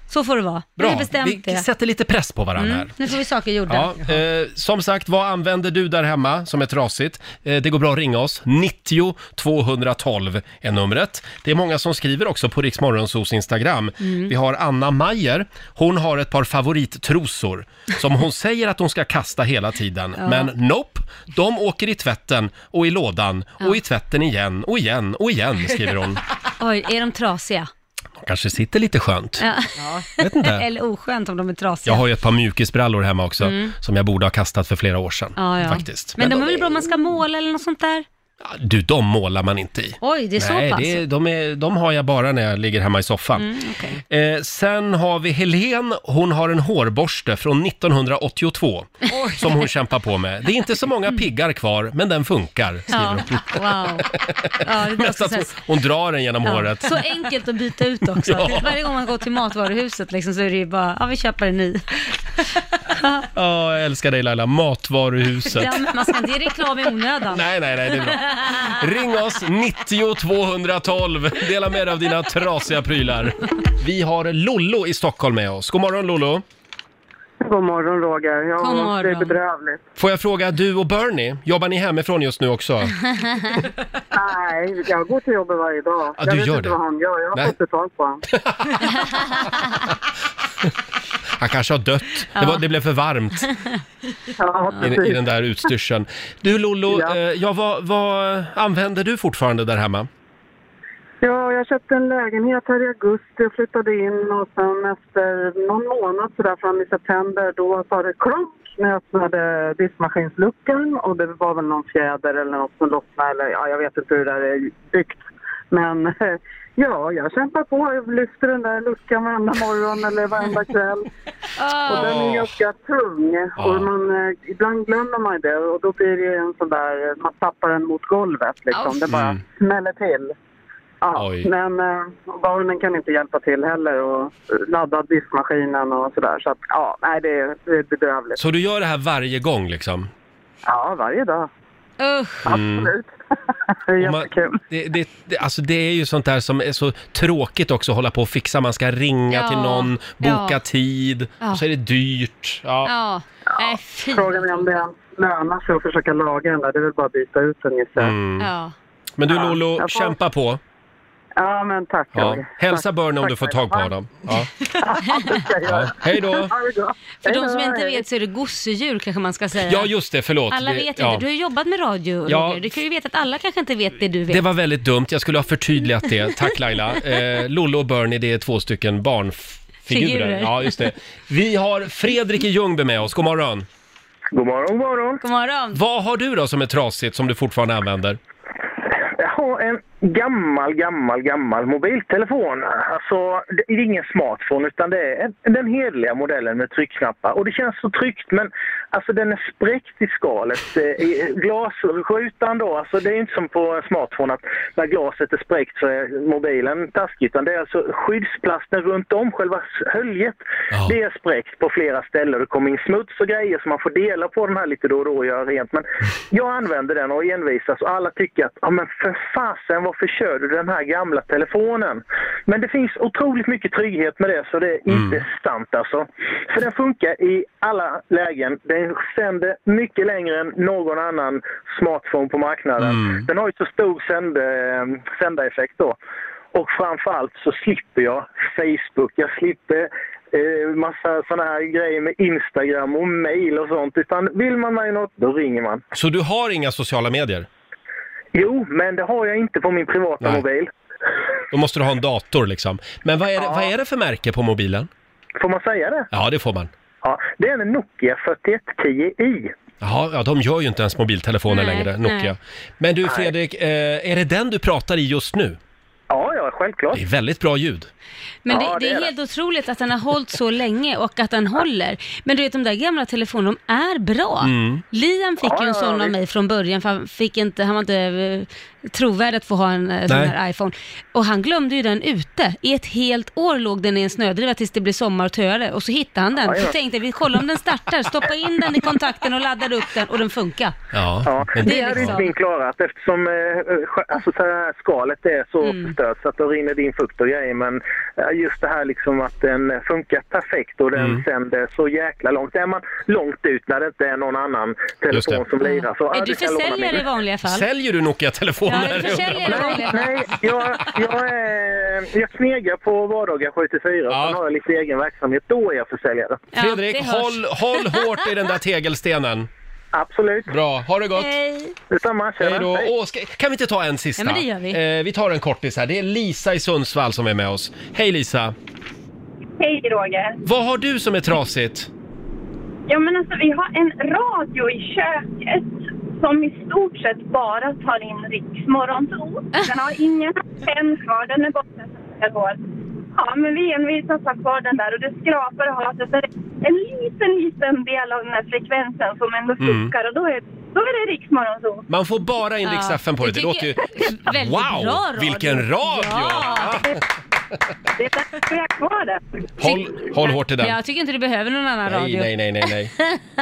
Så får det vara. Vi har
Bra,
bestämt
vi
det.
sätter lite press på varandra
Mm,
här.
nu får vi saker gjorda.
Ja, eh, som sagt, vad använder du där hemma som är trasigt? Eh, det går bra att ringa oss. 90 212 är numret. Det är många som skriver också på Riksmorgonsos Instagram.
Mm.
Vi har Anna Majer. Hon har ett par favorittrosor som hon säger att hon ska kasta hela tiden.
Ja.
Men nope, de åker i tvätten och i lådan och i tvätten igen och igen och igen, skriver hon.
Oj, är de trasiga?
De kanske sitter lite skönt.
Ja.
Vet inte.
Eller oskönt om de är trasiga.
Jag har ju ett par mjukisbrallor hemma också
Mm.
som jag borde ha kastat för flera år sedan.
ja, ja.
Faktiskt.
Men, de är väl bra om man ska måla eller något sånt där?
Du, de målar man inte i.
Oj, det är
Nej,
så pass?
det är, de, är, de har jag bara när jag ligger hemma i soffan.
Mm, okej.
Eh, sen har vi Helen, hon har en hårborste från 1982 som hon kämpar på med. Det är inte så många piggar kvar, men den funkar, skriver
Mm. Ja,
hon.
wow. Ja, det är
Mest
också
att
så här-
hon, hon drar den genom
Ja,
håret.
så enkelt att byta ut också.
Ja.
Varje gång man går till matvaruhuset liksom, så är det ju bara, ja vi köper en ny.
Ja, jag älskar dig Laila, matvaruhuset.
Ja, men man ska inte ge reklam i onödan.
Nej, nej, nej, det är bra. Ring oss, 90 212. Dela med dig av dina trasiga prylar. Vi har Lollo i Stockholm med oss. God morgon Lollo.
God morgon Roger. Ja,
God morgon.
det är bedrövligt.
Får jag fråga, du och Bernie, jobbar ni hemifrån just nu också?
Nej, jag går till jobbet varje dag.
Ja,
jag
du
vet
gör
inte
det.
vad han gör. Jag har
Nej.
fått betalt på honom.
Han kanske har dött. Det, var, det blev för varmt
ja,
i, i
precis.
den där utstyrseln. Du Lollo, ja. ja, vad, vad använder du fortfarande där hemma?
Ja, jag köpte en lägenhet här i augusti och flyttade in och sen efter någon månad sådär fram i september då sa det klonk när jag öppnade diskmaskinsluckan och det var väl någon fjäder eller något som lossnade eller ja, jag vet inte hur det där är byggt. Men eh, ja, jag kämpar på. Jag lyfter den där luckan varenda morgon eller varenda kväll. Och den är ganska tung och man, eh, ibland glömmer man det och då blir det en sån där, man tappar den mot golvet liksom. Det bara
Mm.
smäller till. Ja,
Oj.
men eh, barnen kan inte hjälpa till heller och ladda diskmaskinen och sådär. Så att, ja, nej, det är, det är bedrövligt.
Så du gör det här varje gång liksom?
Ja, varje dag.
Usch!
Absolut. Det är
Och man-
jättekul.
Det, det, det, alltså det är ju sånt där som är så tråkigt också att hålla på och fixa. Man ska ringa
Ja.
till någon, boka
Ja.
tid,
Ja.
och så är det dyrt. Ja.
Ja, nej fy.
Mm.
Frågan är om det ens lönar sig att försöka laga den där. Det är väl bara att byta ut den gissar
Mm.
jag.
Ja.
Men du
Ja,
Lollo,
jag får-
kämpa på.
Ja, men tack.
Ja.
Roger.
Hälsa
Tack.
Börne om
Tack,
du får
tack.
tag på
Ja.
honom. Ja.
det ska jag göra.
Ja. Hej då!
Ha det bra.
För
Hej
de som
då,
inte
hej.
vet så är det gosedjur kanske man ska säga.
Ja, just det, förlåt.
Alla
Det-
vet inte.
ja.
Du har ju jobbat med radio,
Ja.
Roger. Du kan ju veta att alla kanske inte vet det du vet.
Det var väldigt dumt, jag skulle ha förtydligat det. Tack Laila. Eh, Lollo och Bernie, det är två stycken barnfigurer.
Figurer.
Ja, just det. Vi har Fredrik i Ljungby med oss, god morgon.
God morgon, god morgon.
God morgon.
Vad har du då som är trasigt som du fortfarande använder?
Jag har en gammal, gammal, gammal mobiltelefon. Alltså, det är ingen smartphone utan det är en- den hederliga modellen med tryckknappar. Och det känns så tryggt men alltså den är spräckt i skalet. Eh, i- Glasskjutan då, alltså det är inte som på en smartphone att när glaset är spräckt så är mobilen taskig utan det är alltså skyddsplasten runt om själva s- höljet. Det är spräckt på flera ställen. Det kommer in smuts och grejer så man får dela på den här lite då och då och göra rent. Men jag använder den och envisas och alla tycker att ja men för fasen varför kör du den här gamla telefonen? Men det finns otroligt mycket trygghet med det så det är inte sant alltså. För den funkar i alla lägen. Den sänder mycket längre än någon annan smartphone på marknaden. Den har ju så stor sänd, eh, sändareffekt då. Och framförallt så slipper jag Facebook, jag slipper eh, massa såna här grejer med Instagram och mail och sånt. Utan vill man mig något, då ringer man.
Så du har inga sociala medier?
Jo, men det har jag inte på min privata mobil.
Då måste du ha en dator liksom. Men vad är, det,
Ja.
vad är det för märke på mobilen?
Får man säga det?
Ja, det får man.
Ja, det är en Nokia 4110i.
Jaha, ja, de gör ju inte ens mobiltelefoner
Nej,
längre,
nej.
Nokia. Men du
Nej.
Fredrik, eh, är det den du pratar i just nu?
Ja, ja, självklart.
Det är väldigt bra ljud.
Men
Ja,
det, det
det
är
är
helt otroligt att den har hållit så länge och att den håller. Men du vet, de där gamla telefonerna, de är bra.
Mm.
Liam fick
Ja,
ju en
ja,
sån av
visst.
mig från början, för han, fick inte, han var inte eh, trovärdig att få ha en eh, sån
Nej.
här iPhone. Och han glömde ju den ute. I ett helt år låg den i en snödriva tills det blev sommar och töade. Och så hittade han den.
Ja, ja.
Så tänkte jag, vi kollar om den startar, stoppa in den i kontakten och laddade upp den och den funkar.
Ja,
men
det
det
är
hade
liksom- Mm.
eh, inte min klarat eftersom eh, sk- alltså, så här skalet är så förstört så att då så rinner det in fukt och grejer. Men eh, just det här liksom att den funkar perfekt och den
Mm.
sänder så jäkla långt. Är man långt ut när det inte är någon annan telefon som lirar så... ja,
Är du
kan låna
försäljare
min.
i vanliga fall?
Säljer du Nokia-telefoner?
Ja, du försäljare i vanliga fall.
Nej, jag, jag, är, jag knegar på vardagar 7 till 4. Sen har jag lite egen verksamhet. Då är jag försäljare.
Fredrik, håll, håll hårt i den där tegelstenen.
Absolut. Eh,
Bra, ha det gott.
Hej.
Detsamma,
Hej då. Åh, ska, kan vi inte ta en sista?
Ja, men det gör vi.
Eh, vi tar en kortis här. Det är Lisa i Sundsvall som är med oss. Hej Lisa!
Hej Roger.
Vad har du som är trasigt?
Ja men alltså vi har en radio i köket som i stort sett bara tar in Riksmorgonzoo. Den har ingen antenn kvar, den är borta sedan jag går. Ja men vi envisas ha kvar den där och det skrapar och hatet. Det är en liten, liten del av den här frekvensen som ändå
Mm.
funkar och då är, då är det Riksmorgonzoo.
Man får bara in
Ja,
Rix FM på det. Det
jag
låter ju...
tycker- väldigt
Wow!
bra radio.
Vilken radio!
Ja. Det är därför jag har kvar den.
Håll, håll hårt i den.
Jag tycker inte du behöver någon annan
Nej,
radio.
nej, nej, nej, nej.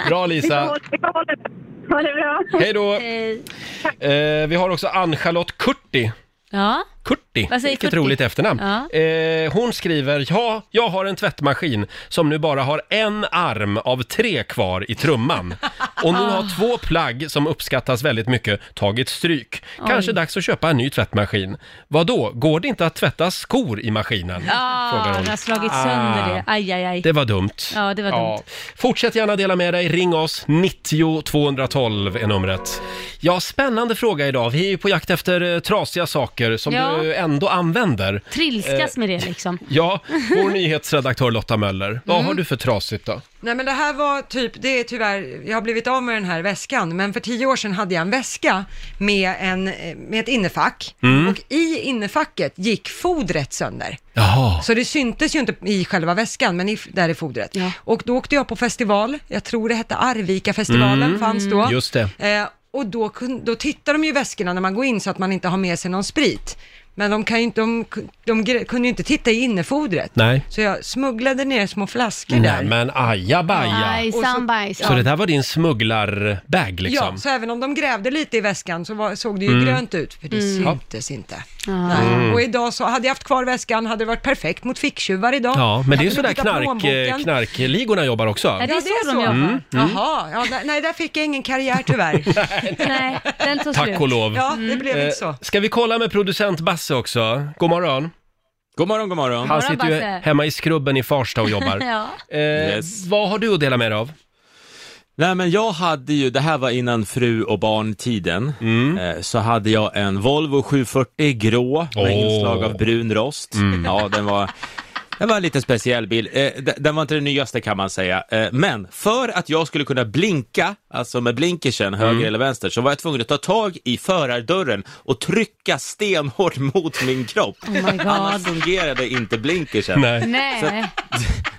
Bra Lisa!
Ha det bra.
Hej då! Eh, vi har också Ann-Charlotte Kurti.
Ja.
Kurti,
Vad säger
vilket
Kurti?
roligt efternamn.
Ja.
Eh, hon skriver, ja, jag har en tvättmaskin som nu bara har en arm av tre kvar i trumman. Och nu
Ah.
har två plagg som uppskattas väldigt mycket tagit stryk. Kanske
Oj.
dags att köpa en ny tvättmaskin. Vad då? går det inte att tvätta skor i maskinen?
Ja,
Frågar hon.
det har slagit sönder
Ah.
det. Aj, aj, aj.
Det var dumt.
Ja, det var dumt.
Fortsätt gärna dela med dig. Ring oss. 90 212 är numret. Ja, spännande fråga idag. Vi är ju på jakt efter eh, trasiga saker som
Ja.
du ändå använder.
Trilskas
Eh,
med det liksom.
Ja, vår nyhetsredaktör Lotta Möller. Vad
Mm.
har du för trasigt då?
Nej men det här var typ, det är tyvärr, jag har blivit av med den här väskan, men för tio år sedan hade jag en väska med, en, eh, med ett innefack
Mm.
och i innefacket gick fodret sönder.
Jaha.
Så det syntes ju inte i själva väskan, men i, där i fodret. Och då åkte jag på festival, jag tror det hette Arvika-festivalen
Mm.
fanns då.
Just det.
Eh, och då, kun, då tittar de ju i väskorna när man går in så att man inte har med sig någon sprit. Men de, kan ju inte, de, de gre- kunde ju inte titta i innefodret.
Nej.
Så jag smugglade ner små flaskor
Nej
där.
men ajabaja.
Och så-
Så det där var din smugglarbag liksom?
Ja, så även om de grävde lite i väskan så var, såg det ju
Mm.
grönt ut, för det
Mm.
syntes inte. Nej.
Mm.
Och idag så, hade jag haft kvar väskan hade det varit perfekt mot ficktjuvar idag.
Ja,
Jag
men det är
kunde
sådär
titta
knark, eh,
plånboken.
knarkligorna jobbar också.
Ja, det är så de jobbar.
Mm, mm.
Jaha, ja, där- nej där fick jag ingen karriär tyvärr.
nej, den tog
Tack och lov.
Ja, det blev
Eh,
inte så.
Ska vi kolla med producent Basse också? God morgon.
God morgon, god morgon.
Han
God morgon,
sitter ju
Basse.
hemma i skrubben i Farsta och jobbar.
ja.
eh, Vad har du att dela med dig av?
Nej men jag hade ju, det här var innan fru och barn-tiden,
Mm.
Eh, så hade jag en Volvo 740 grå med
Åh. Mm.
inslag av brun rost. Ja, den var, den var en lite speciell bil. Eh, d- Den var inte den nyaste kan man säga, Eh, men för att jag skulle kunna blinka, alltså med blinkersen höger
Mm.
eller vänster, så var jag tvungen att ta tag i förardörren och trycka stenhårt mot min kropp.
Oh my God.
Annars fungerade inte blinkersen. Så att
Nej.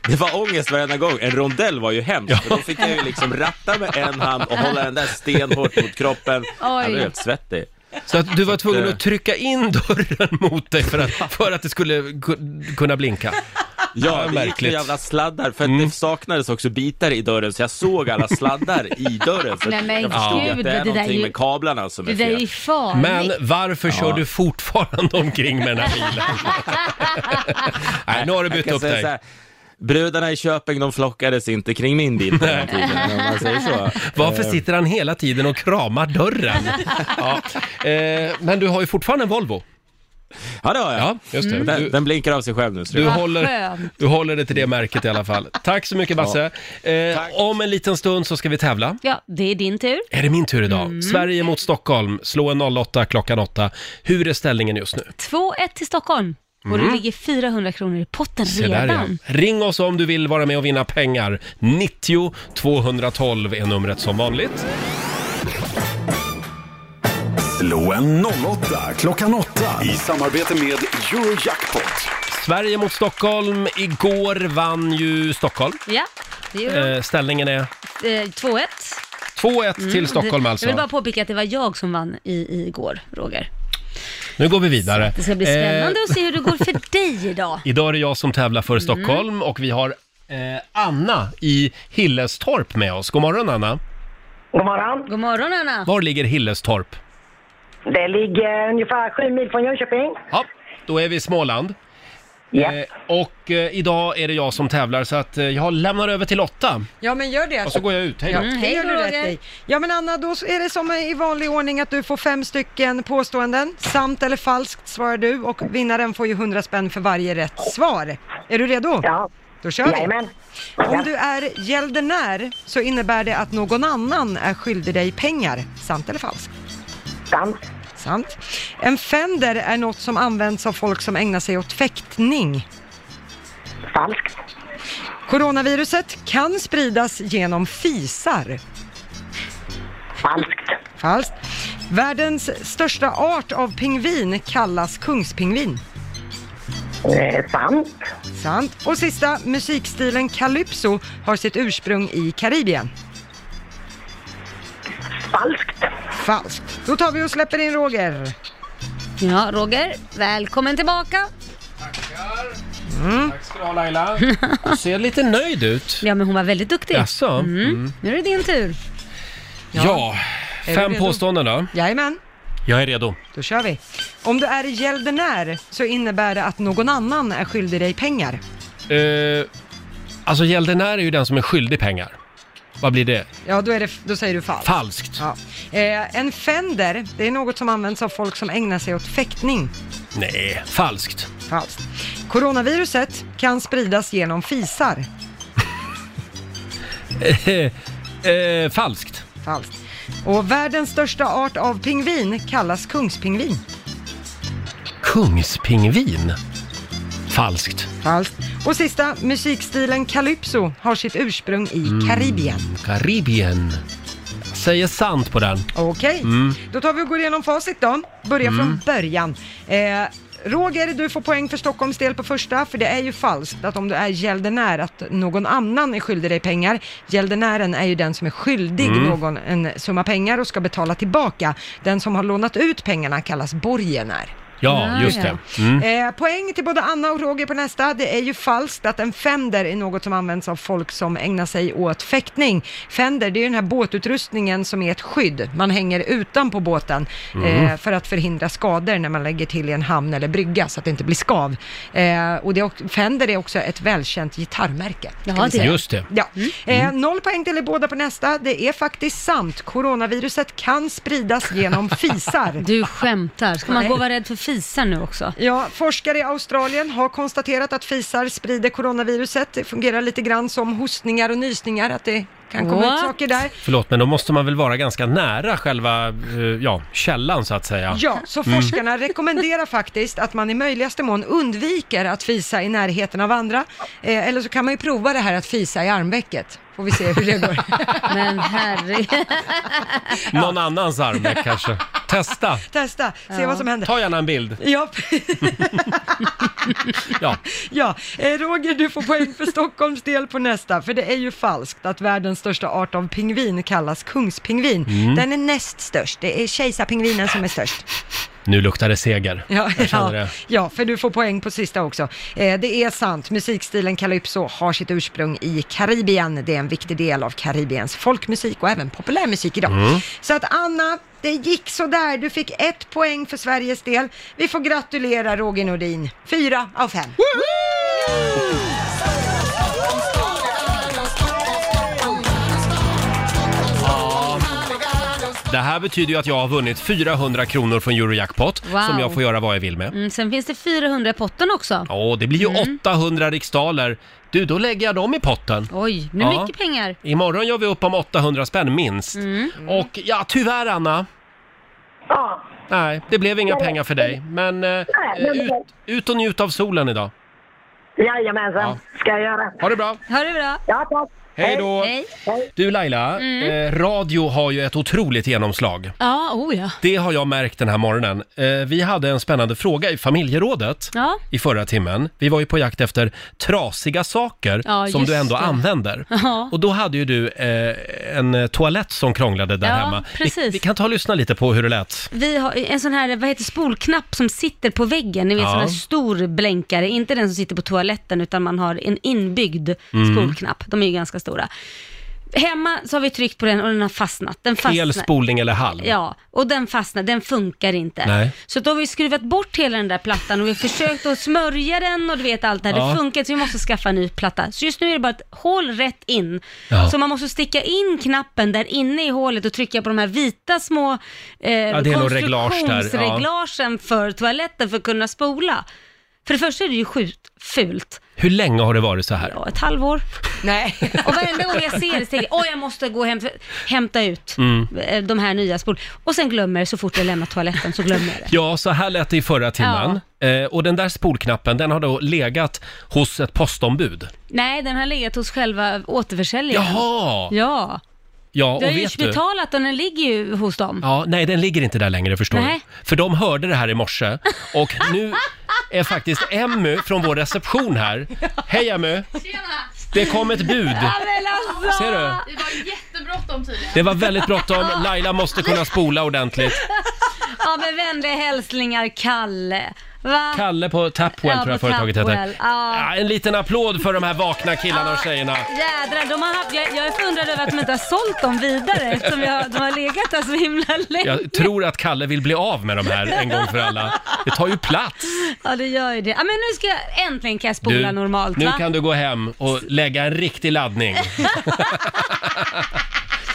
det var ångest varenda gång. En rondell var ju hemskt. För då fick jag ju liksom ratta med en hand och hålla den där stenhårt mot kroppen. Jag blev helt svettig.
Så att du var tvungen
eh,
att trycka in dörren mot dig för att, för att det skulle ku- kunna blinka?
Ja, det gick med
märkligt. Mm.
jävla sladdar för att det saknades också bitar i dörren så jag såg alla sladdar i dörren. Så
Nej, men
jag förstod
gud,
att det
det
är
där
någonting
är ju-
med kablarna som
Det
är
där är
fel.
ju farligt.
Men varför kör
Ja.
du fortfarande omkring med den här bilen? Nej, nu har du
Jag
bytt
kan
upp
säga
dig.
så här, Brudarna i Köping de flockades inte kring min bil på den
Nej.
tiden, om man säger så.
Varför
Eh,
sitter han hela tiden och kramar dörren? Ja. Eh, men du har ju fortfarande en Volvo.
Ja, det har jag. Mm.
just det.
Den,
Du-
den blinkar av sig själv nu. tror
Du
jag.
håller,
skönt.
du håller det till det märket i alla fall. Tack så mycket Basse. Eh, om en liten stund så ska vi tävla.
Ja, det är din tur.
Är det min tur idag?
Mm.
Sverige mot Stockholm. Slå en 08 klockan 8. Hur är ställningen just nu?
2-1 till Stockholm. Och
Mm.
det ligger 400 kronor i potten
Se där, ja.
redan.
Ring oss om du vill vara med och vinna pengar. 90 212 är numret som vanligt.
Slå en 08 klockan 8 i samarbete med Eurojackpot.
Sverige mot Stockholm. Igår vann ju Stockholm.
Ja, det gjorde de.
Eh, ställningen är
Eh, 2-1.
2-1
Mm,
till
det-
Stockholm alltså.
Jag vill bara påpeka att det var jag som vann i, igår, Roger.
Nu går vi vidare.
Det ska bli
Eh,
spännande att Mm. se hur det går för dig idag.
Idag är det jag som tävlar för Stockholm och vi har eh, Anna i Hillestorp med oss. God morgon Anna!
God morgon.
God morgon Anna.
Var ligger Hillestorp?
Det ligger ungefär sju mil från Jönköping.
Ja. Då är vi i Småland. Eh, och eh, idag är det jag som tävlar så att eh, jag lämnar över till Lotta.
Ja, men gör det.
Och så går jag ut. Hej då.
Ja,
Mm,
det
hej
gör
då,
du
Roger.
rätt i. Ja, men Anna, då är det som i vanlig ordning att du får fem stycken påståenden. Sant eller falskt svarar du och vinnaren får ju 100 spänn för varje rätt svar. Är du redo? Ja. Då kör vi.
Jajamän.
Om du är gäldenär så innebär det att någon annan är skyldig dig pengar. Sant eller falskt? Sant. Sant. En fender är något som används av folk som ägnar sig åt fäktning. Falskt. Coronaviruset kan spridas genom fisar. Falskt. Falskt. Världens största art av pingvin kallas kungspingvin.
Eh, sant.
Sant. Och sista, musikstilen calypso har sitt ursprung i Karibien. Falskt. Falskt. Då tar vi och släpper in Roger.
Ja, Roger, välkommen tillbaka.
Mm. Tack ska du ha Laila. Du ser lite nöjd ut.
Ja, men hon var väldigt duktig.
Jaså?
Mm.
Mm.
Nu är det din tur.
Ja,
Är du
fem
redo?
påståenden då.
Jajamän,
Jag är redo.
då kör vi. Om du är gäldenär så innebär det att någon annan är skyldig dig pengar.
Eh, alltså gäldenär är ju den som är skyldig pengar. Vad blir det?
Ja, då, är det, då säger du falskt.
Falskt.
Ja. Eh, en fender, det är något som används av folk som ägnar sig åt fäktning.
Nej, falskt.
Falskt. Coronaviruset kan spridas genom fisar.
Eh, eh, falskt.
Falskt. Och världens största art av pingvin kallas kungspingvin.
Kungspingvin. Falskt.
Falskt. Och sista, musikstilen calypso har sitt ursprung i
Mm.
Karibien.
Karibien. Jag Säger sant på den.
Okej,
Mm.
då tar vi och går igenom facit då. Börja
Mm.
från början. Eh, Roger, du får poäng för Stockholms del på första, för det är ju falskt att om du är gäldenär att någon annan är skyldig dig pengar. Gäldenären är ju den som är skyldig
Mm.
någon en summa pengar och ska betala tillbaka. Den som har lånat ut pengarna kallas borgenär.
Ja, just det. Mm.
Eh, poäng till både Anna och Roger på nästa. Det är ju falskt att en fender är något som används av folk som ägnar sig åt fäktning. Fender, det är ju den här båtutrustningen som är ett skydd. Man hänger utan på båten
Mm.
eh, för att förhindra skador när man lägger till i en hamn eller brygga så att det inte blir skav. Eh, och det, är ock- fender är också ett välkänt gitarrmärke. kan
Jaha,
vi säga.
det. Mm. Just det.
Ja. Eh, noll poäng till er båda på nästa. Det är faktiskt sant. Coronaviruset kan spridas genom fisar.
Du skämtar. Ska man
Nej.
gå och vara rädd för fisar nu också?
Ja, forskare i Australien har konstaterat att fisar sprider coronaviruset. Det fungerar lite grann som hostningar och nysningar, att det kan komma
What?
ut saker där.
Förlåt, men då måste man väl vara ganska nära själva eh, ja, källan så att säga.
Ja, så
Mm.
forskarna rekommenderar faktiskt att man i möjligaste mån undviker att fisa i närheten av andra. Eh, eller så kan man ju prova det här att fisa i armvecket. Får vi se hur det går.
Men herre...
Någon annans armveck kanske. Testa.
Testa, se
Ja.
vad som händer.
Ta gärna en bild.
Ja,
Ja.
ja. Eh, Roger, du får poäng för Stockholms del på nästa, för det är ju falskt att världens största art av pingvin kallas kungspingvin.
Mm.
Den är näst störst, det är kejsarpingvinen som är störst.
Nu luktar det seger.
Ja,
Jag känner
ja,
det.
ja, för du får poäng på sista också. Eh, det är sant, musikstilen calypso har sitt ursprung i Karibien. Det är en viktig del av Karibiens folkmusik och även populärmusik idag.
Mm.
Så att Anna, det gick sådär. Du fick ett poäng för Sveriges del. Vi får gratulera Roger Nordin. Fyra av fem.
Det här betyder ju att jag har vunnit 400 kronor från Eurojackpot
Wow.
som jag får göra vad jag vill med.
Mm, sen finns det 400 i potten också.
Ja, det blir ju 800 riksdaler. Du, då lägger jag dem i potten.
Oj, nu är det
Ja.
mycket pengar.
Imorgon gör vi upp om 800 spänn minst.
Mm.
Och ja, tyvärr Anna.
Ja.
Nej, det blev inga pengar för dig. Men eh,
men-
ut, ut och njut av solen idag.
Jajamensan,
Ja.
ska jag göra.
Ha det bra.
Ha det bra.
Ja, tack.
Hej då.
Hej.
Du Laila,
Mm.
eh, radio har ju ett otroligt genomslag.
Ja, oh ja.
Det har jag märkt den här morgonen. Eh, vi hade en spännande fråga i familjerådet
Ja.
i förra timmen. Vi var ju på jakt efter trasiga saker
Ja,
som du
just
ändå
det.
använder.
Ja.
Och då hade ju du eh, en toalett som krånglade där
Ja,
hemma. Vi,
precis.
vi kan ta och lyssna lite på hur det lät.
Vi har en sån här, vad heter spolknapp som sitter på väggen, ni vet
Ja.
sån här stor blänkare, inte den som sitter på toaletten utan man har en inbyggd
Mm.
spolknapp, de är ju ganska stora. Hemma så har vi tryckt på den och den har fastnat. Den fastnar.
Hel spolning eller halv?
Ja, och den fastnar, den funkar inte.
Nej.
Så då har vi skruvat bort hela den där plattan och vi har försökt att smörja den och du vet allt det här.
Ja.
Det funkar inte, så vi måste skaffa en ny platta. Så just nu är det bara ett hål rätt in.
Ja.
Så man måste sticka in knappen där inne i hålet och trycka på de här vita små eh,
det är någon reglage där, ja.
konstruktionsreglagen för toaletten för att kunna spola. För det första är det ju sjukt fult.
Hur länge har det varit så här?
Ett halvår. Nej. Och varenda gång jag ser det så tänker jag, åh jag måste gå och hämta, hämta ut
Mm.
eh, de här nya spol. Och sen glömmer jag det så fort jag lämnar toaletten så glömmer jag det.
Ja, så här lät det i förra timmen. Eh, och den där spolknappen, den har då legat hos ett postombud.
Nej, den har legat hos själva återförsäljaren.
Jaha!
Ja.
Ja,
du har
och
ju
vet du?
betalat den, den ligger ju hos dem.
Ja, nej, den ligger inte där längre förstår
Nej.
du. För de hörde det här i morse och nu är faktiskt Emmy från vår reception här. Hej Emmy! Det kom ett bud.
men alltså!
Ser du?
Det var jättebråttom tydligen.
Det var väldigt bråttom. Laila måste kunna spola ordentligt.
Ja, men vänliga hälsningar Kalle. Va?
Kalle på Tapwell
Ja,
tror jag
på
företaget
Tapwell.
heter.
Ja.
Ja, en liten applåd för de här vakna killarna och tjejerna.
Jädrar, de har haft, jag jag är förundrad över att de inte har sålt dem vidare eftersom jag, de har legat där så himla länge.
Jag tror att Kalle vill bli av med de här en gång för alla. Det tar ju plats.
Ja, det gör ju det. Ja, men nu ska jag, äntligen kan jag spola
Du,
normalt
nu
va?
kan du gå hem och lägga en riktig laddning.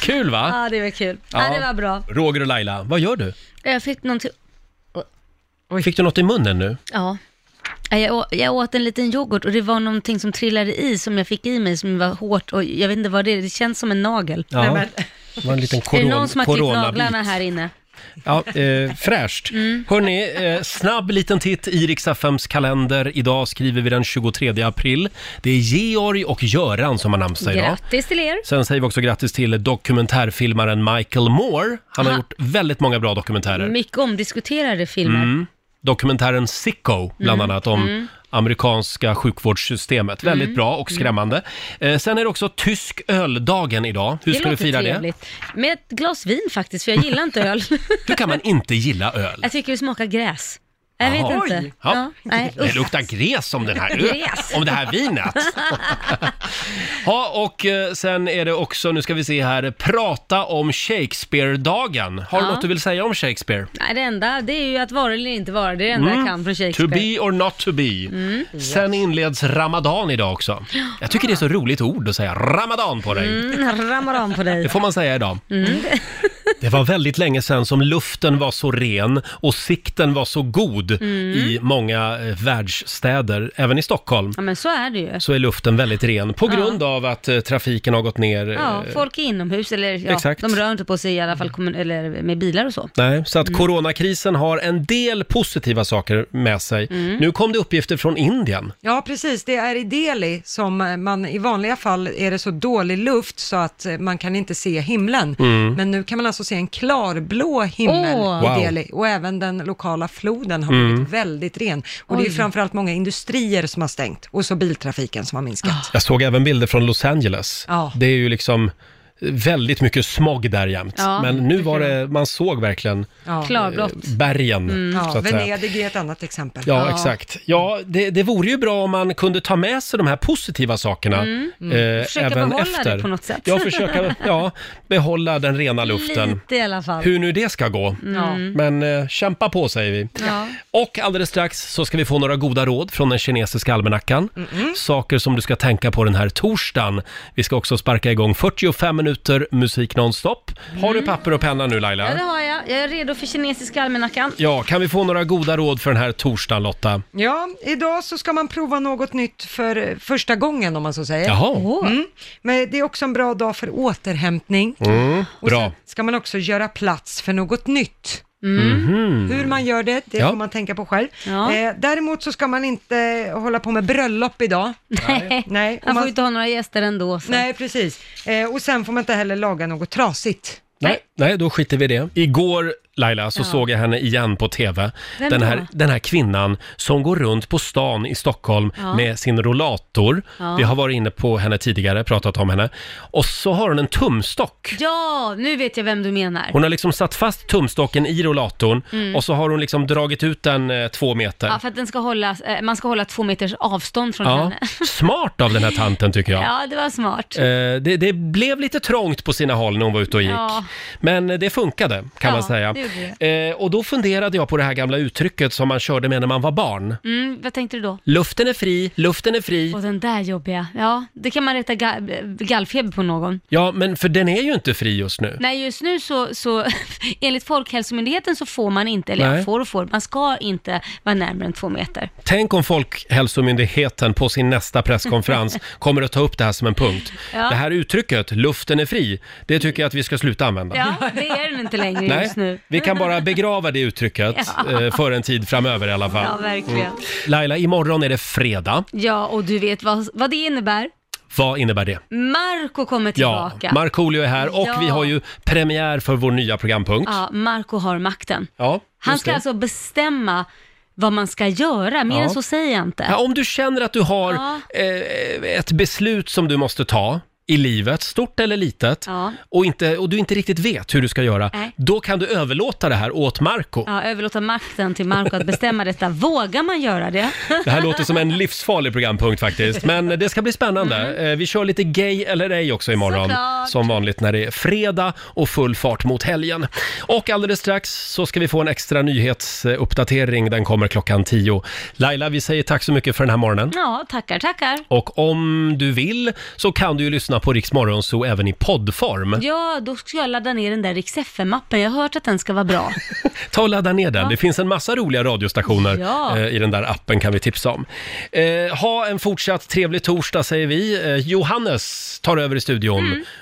Kul va?
Ja, det var kul. Ja. det var bra.
Roger och Laila, vad gör du?
Jag fick någonting...
Fick du något i munnen nu?
Ja. Ja, Jag åt, jag åt en liten yoghurt och det var någonting som trillade i som jag fick i mig som var hårt och jag vet inte vad det är, det känns som en nagel.
Ja. Nej, men- Det var en liten
är det
koron-
någon som har klippt
coronabit.
naglarna här inne?
Ja, eh, fräscht.
Mm.
Hörni, eh, snabb liten titt i Riksaffems kalender. Idag skriver vi den 23 april. Det är Georg och Göran som har namnsdag idag.
Grattis till er.
Sen säger vi också grattis till dokumentärfilmaren Michael Moore. Han har
Aha.
gjort väldigt många bra dokumentärer.
Mycket omdiskuterade filmer.
Mm. Dokumentären Sicko, bland
Mm,
annat, om
mm.
amerikanska sjukvårdssystemet. Väldigt
Mm,
bra och skrämmande. Eh, sen är det också tysk öldagen idag. Hur ska du
låter
fira
trevligt. Med ett glas vin faktiskt, för jag gillar inte öl.
det? Då kan man inte gilla öl.
jag tycker det smakar gräs. Jag
Jaha.
vet inte.
Oj. Ja.
nej,
Det
usch.
luktar gräs om den här
Gräs.
om det här vinet. Ja, och eh, sen är det också, nu ska vi se här, prata om Shakespeare-dagen. Har du
Ja.
något du vill säga om Shakespeare?
nej, det enda det är ju att vara eller inte vara, det är det enda
Mm.
jag kan från
To
Shakespeare.
be or not to be.
Mm.
Sen inleds Ramadan idag också. Jag tycker det är så roligt ord att säga Ramadan på dig.
Mm, ramadan på dig.
Det får man säga idag.
Mm.
Det var väldigt länge sedan som luften var så ren och sikten var så god
Mm.
i många eh, världsstäder, även i Stockholm.
Ja, men så är det ju.
så är luften väldigt ren på
Ja.
grund av att eh, trafiken har gått ner. eh,
Ja, folk är inomhus eller ja,
Exakt.
de rör inte på sig i alla fall kommun- eller med bilar och så.
Nej, så att
Mm.
coronakrisen har en del positiva saker med sig.
Mm.
Nu kom det uppgifter från Indien.
Ja, precis. Det är i Delhi som eh, man i vanliga fall är det så dålig luft så att eh, man kan inte se himlen.
Mm.
Men nu kan man alltså se en klarblå himmel
Åh.
i
Wow.
Delhi och även den lokala floden har
Mm.
blivit väldigt ren. Och det är
Oj.
framförallt många industrier som har stängt och så biltrafiken som har minskat.
Jag såg även bilder från Los Angeles.
Ja.
Det är ju liksom väldigt mycket smog där jämt.
Ja,
Men nu var det, man såg verkligen
Ja.
eh, bergen.
Ja,
Mm.
så att säga.
Venedig är ett annat exempel.
Ja, exakt. Ja, det, det vore ju bra om man kunde ta med sig de här positiva sakerna. eh,
Mm.
Mm. Försöka
även
behålla
efter.
det på något sätt.
Ja, försöka ja, behålla den rena luften.
Lite i alla fall.
Hur nu det ska gå.
Ja.
Men eh, kämpa på säger vi.
Ja.
Och alldeles strax så ska vi få några goda råd från den kinesiska almanackan.
Mm,
Saker som du ska tänka på den här torsdagen. Vi ska också sparka igång 45 minuter musik nonstop. Har du papper och penna nu Laila?
Mm. ja, det har jag. Jag är redo för kinesiska almanackan.
Ja, kan vi få några goda råd för den här torsdagen Lotta?
Ja, idag så ska man prova något nytt för eh, första gången om man så säger.
Jaha. Åh.
Mm. Men det är också en bra dag för återhämtning.
Mm,
Och
bra.
sen ska man också göra plats för något nytt.
Mhm.
Hur man gör det, det
Ja.
får man tänka på själv.
Ja.
Eh, däremot så ska man inte hålla på med bröllop idag.
Nej.
Nej.
Man får ju inte ha några gäster ändå. Så.
Nej, precis. Eh, och sen får man inte heller laga något trasigt.
Nej, nej, då skiter vi i det. Igår Laila, så såg jag henne igen på TV.
Vem
Den
då?
här, den här kvinnan som går runt på stan i Stockholm
Ja.
med sin rollator.
Ja.
Vi har varit inne på henne tidigare, pratat om henne. Och så har hon en tumstock.
Ja, nu vet jag vem du menar.
Hon har liksom satt fast tumstocken i rollatorn
Mm.
och så har hon liksom dragit ut den eh, två meter.
Ja, för att den ska hålla, eh, man ska hålla två meters avstånd från
Ja.
henne.
Smart av den här tanten tycker jag.
Ja, det var smart.
Eh, det, det blev lite trångt på sina håll när hon var ute och gick.
Ja.
Men det funkade kan
Ja,
man säga.
det gjorde
Eh, och då funderade jag på det här gamla uttrycket som man körde med när man var barn.
Mm, vad tänkte du då?
Luften är fri, luften är fri.
Och den där jobbiga. Ja, det kan man rätta ga- eh, gallfeber på någon.
Ja, men för den är ju inte fri just nu.
Nej, just nu så, så enligt Folkhälsomyndigheten så får man inte, eller
Nej.
jag får och får, man ska inte vara närmare än två meter.
Tänk om Folkhälsomyndigheten på sin nästa presskonferens kommer att ta upp det här som en punkt.
Ja.
Det här uttrycket, luften är fri, det tycker jag att vi ska sluta använda.
Ja, det är den inte längre
Nej,
just nu.
vi kan bara begrava det uttrycket
Ja.
eh, för en tid framöver i alla fall. Mm.
Ja, verkligen.
Laila, imorgon är det fredag.
Ja, och du vet vad, vad det innebär?
Vad innebär det?
Marco kommer tillbaka.
Ja, Markoolio är här och
Ja.
vi har ju premiär för vår nya programpunkt.
Ja, Marco har makten.
Ja, just
Han ska
det.
alltså bestämma vad man ska göra, mer
Ja.
än så säger jag inte.
Ja, om du känner att du har
Ja.
eh, ett beslut som du måste ta i livet, stort eller litet,
Ja.
och, inte, och du inte riktigt vet hur du ska göra,
Nej.
då kan du överlåta det här åt Marco.
Ja, överlåta makten till Marco att bestämma detta. Vågar man göra det?
Det här låter som en livsfarlig programpunkt faktiskt, men det ska bli spännande. Eh, Vi kör lite gay eller ej också imorgon,
Såklart.
som vanligt när det är fredag och full fart mot helgen. Och alldeles strax så ska vi få en extra nyhetsuppdatering, den kommer klockan 10. Laila, vi säger tack så mycket för den här morgonen.
Ja, tackar, tackar.
Och om du vill så kan du ju lyssna på Rix Morgonzoo även i poddform.
Ja, då ska jag ladda ner den där Rix FM-appen. Jag har hört att den ska vara bra.
Ta och ladda ner den. Det finns en massa roliga radiostationer
Ja.
eh, i den där appen kan vi tipsa om. Eh, ha en fortsatt trevlig torsdag säger vi. Eh, Johannes tar över i studion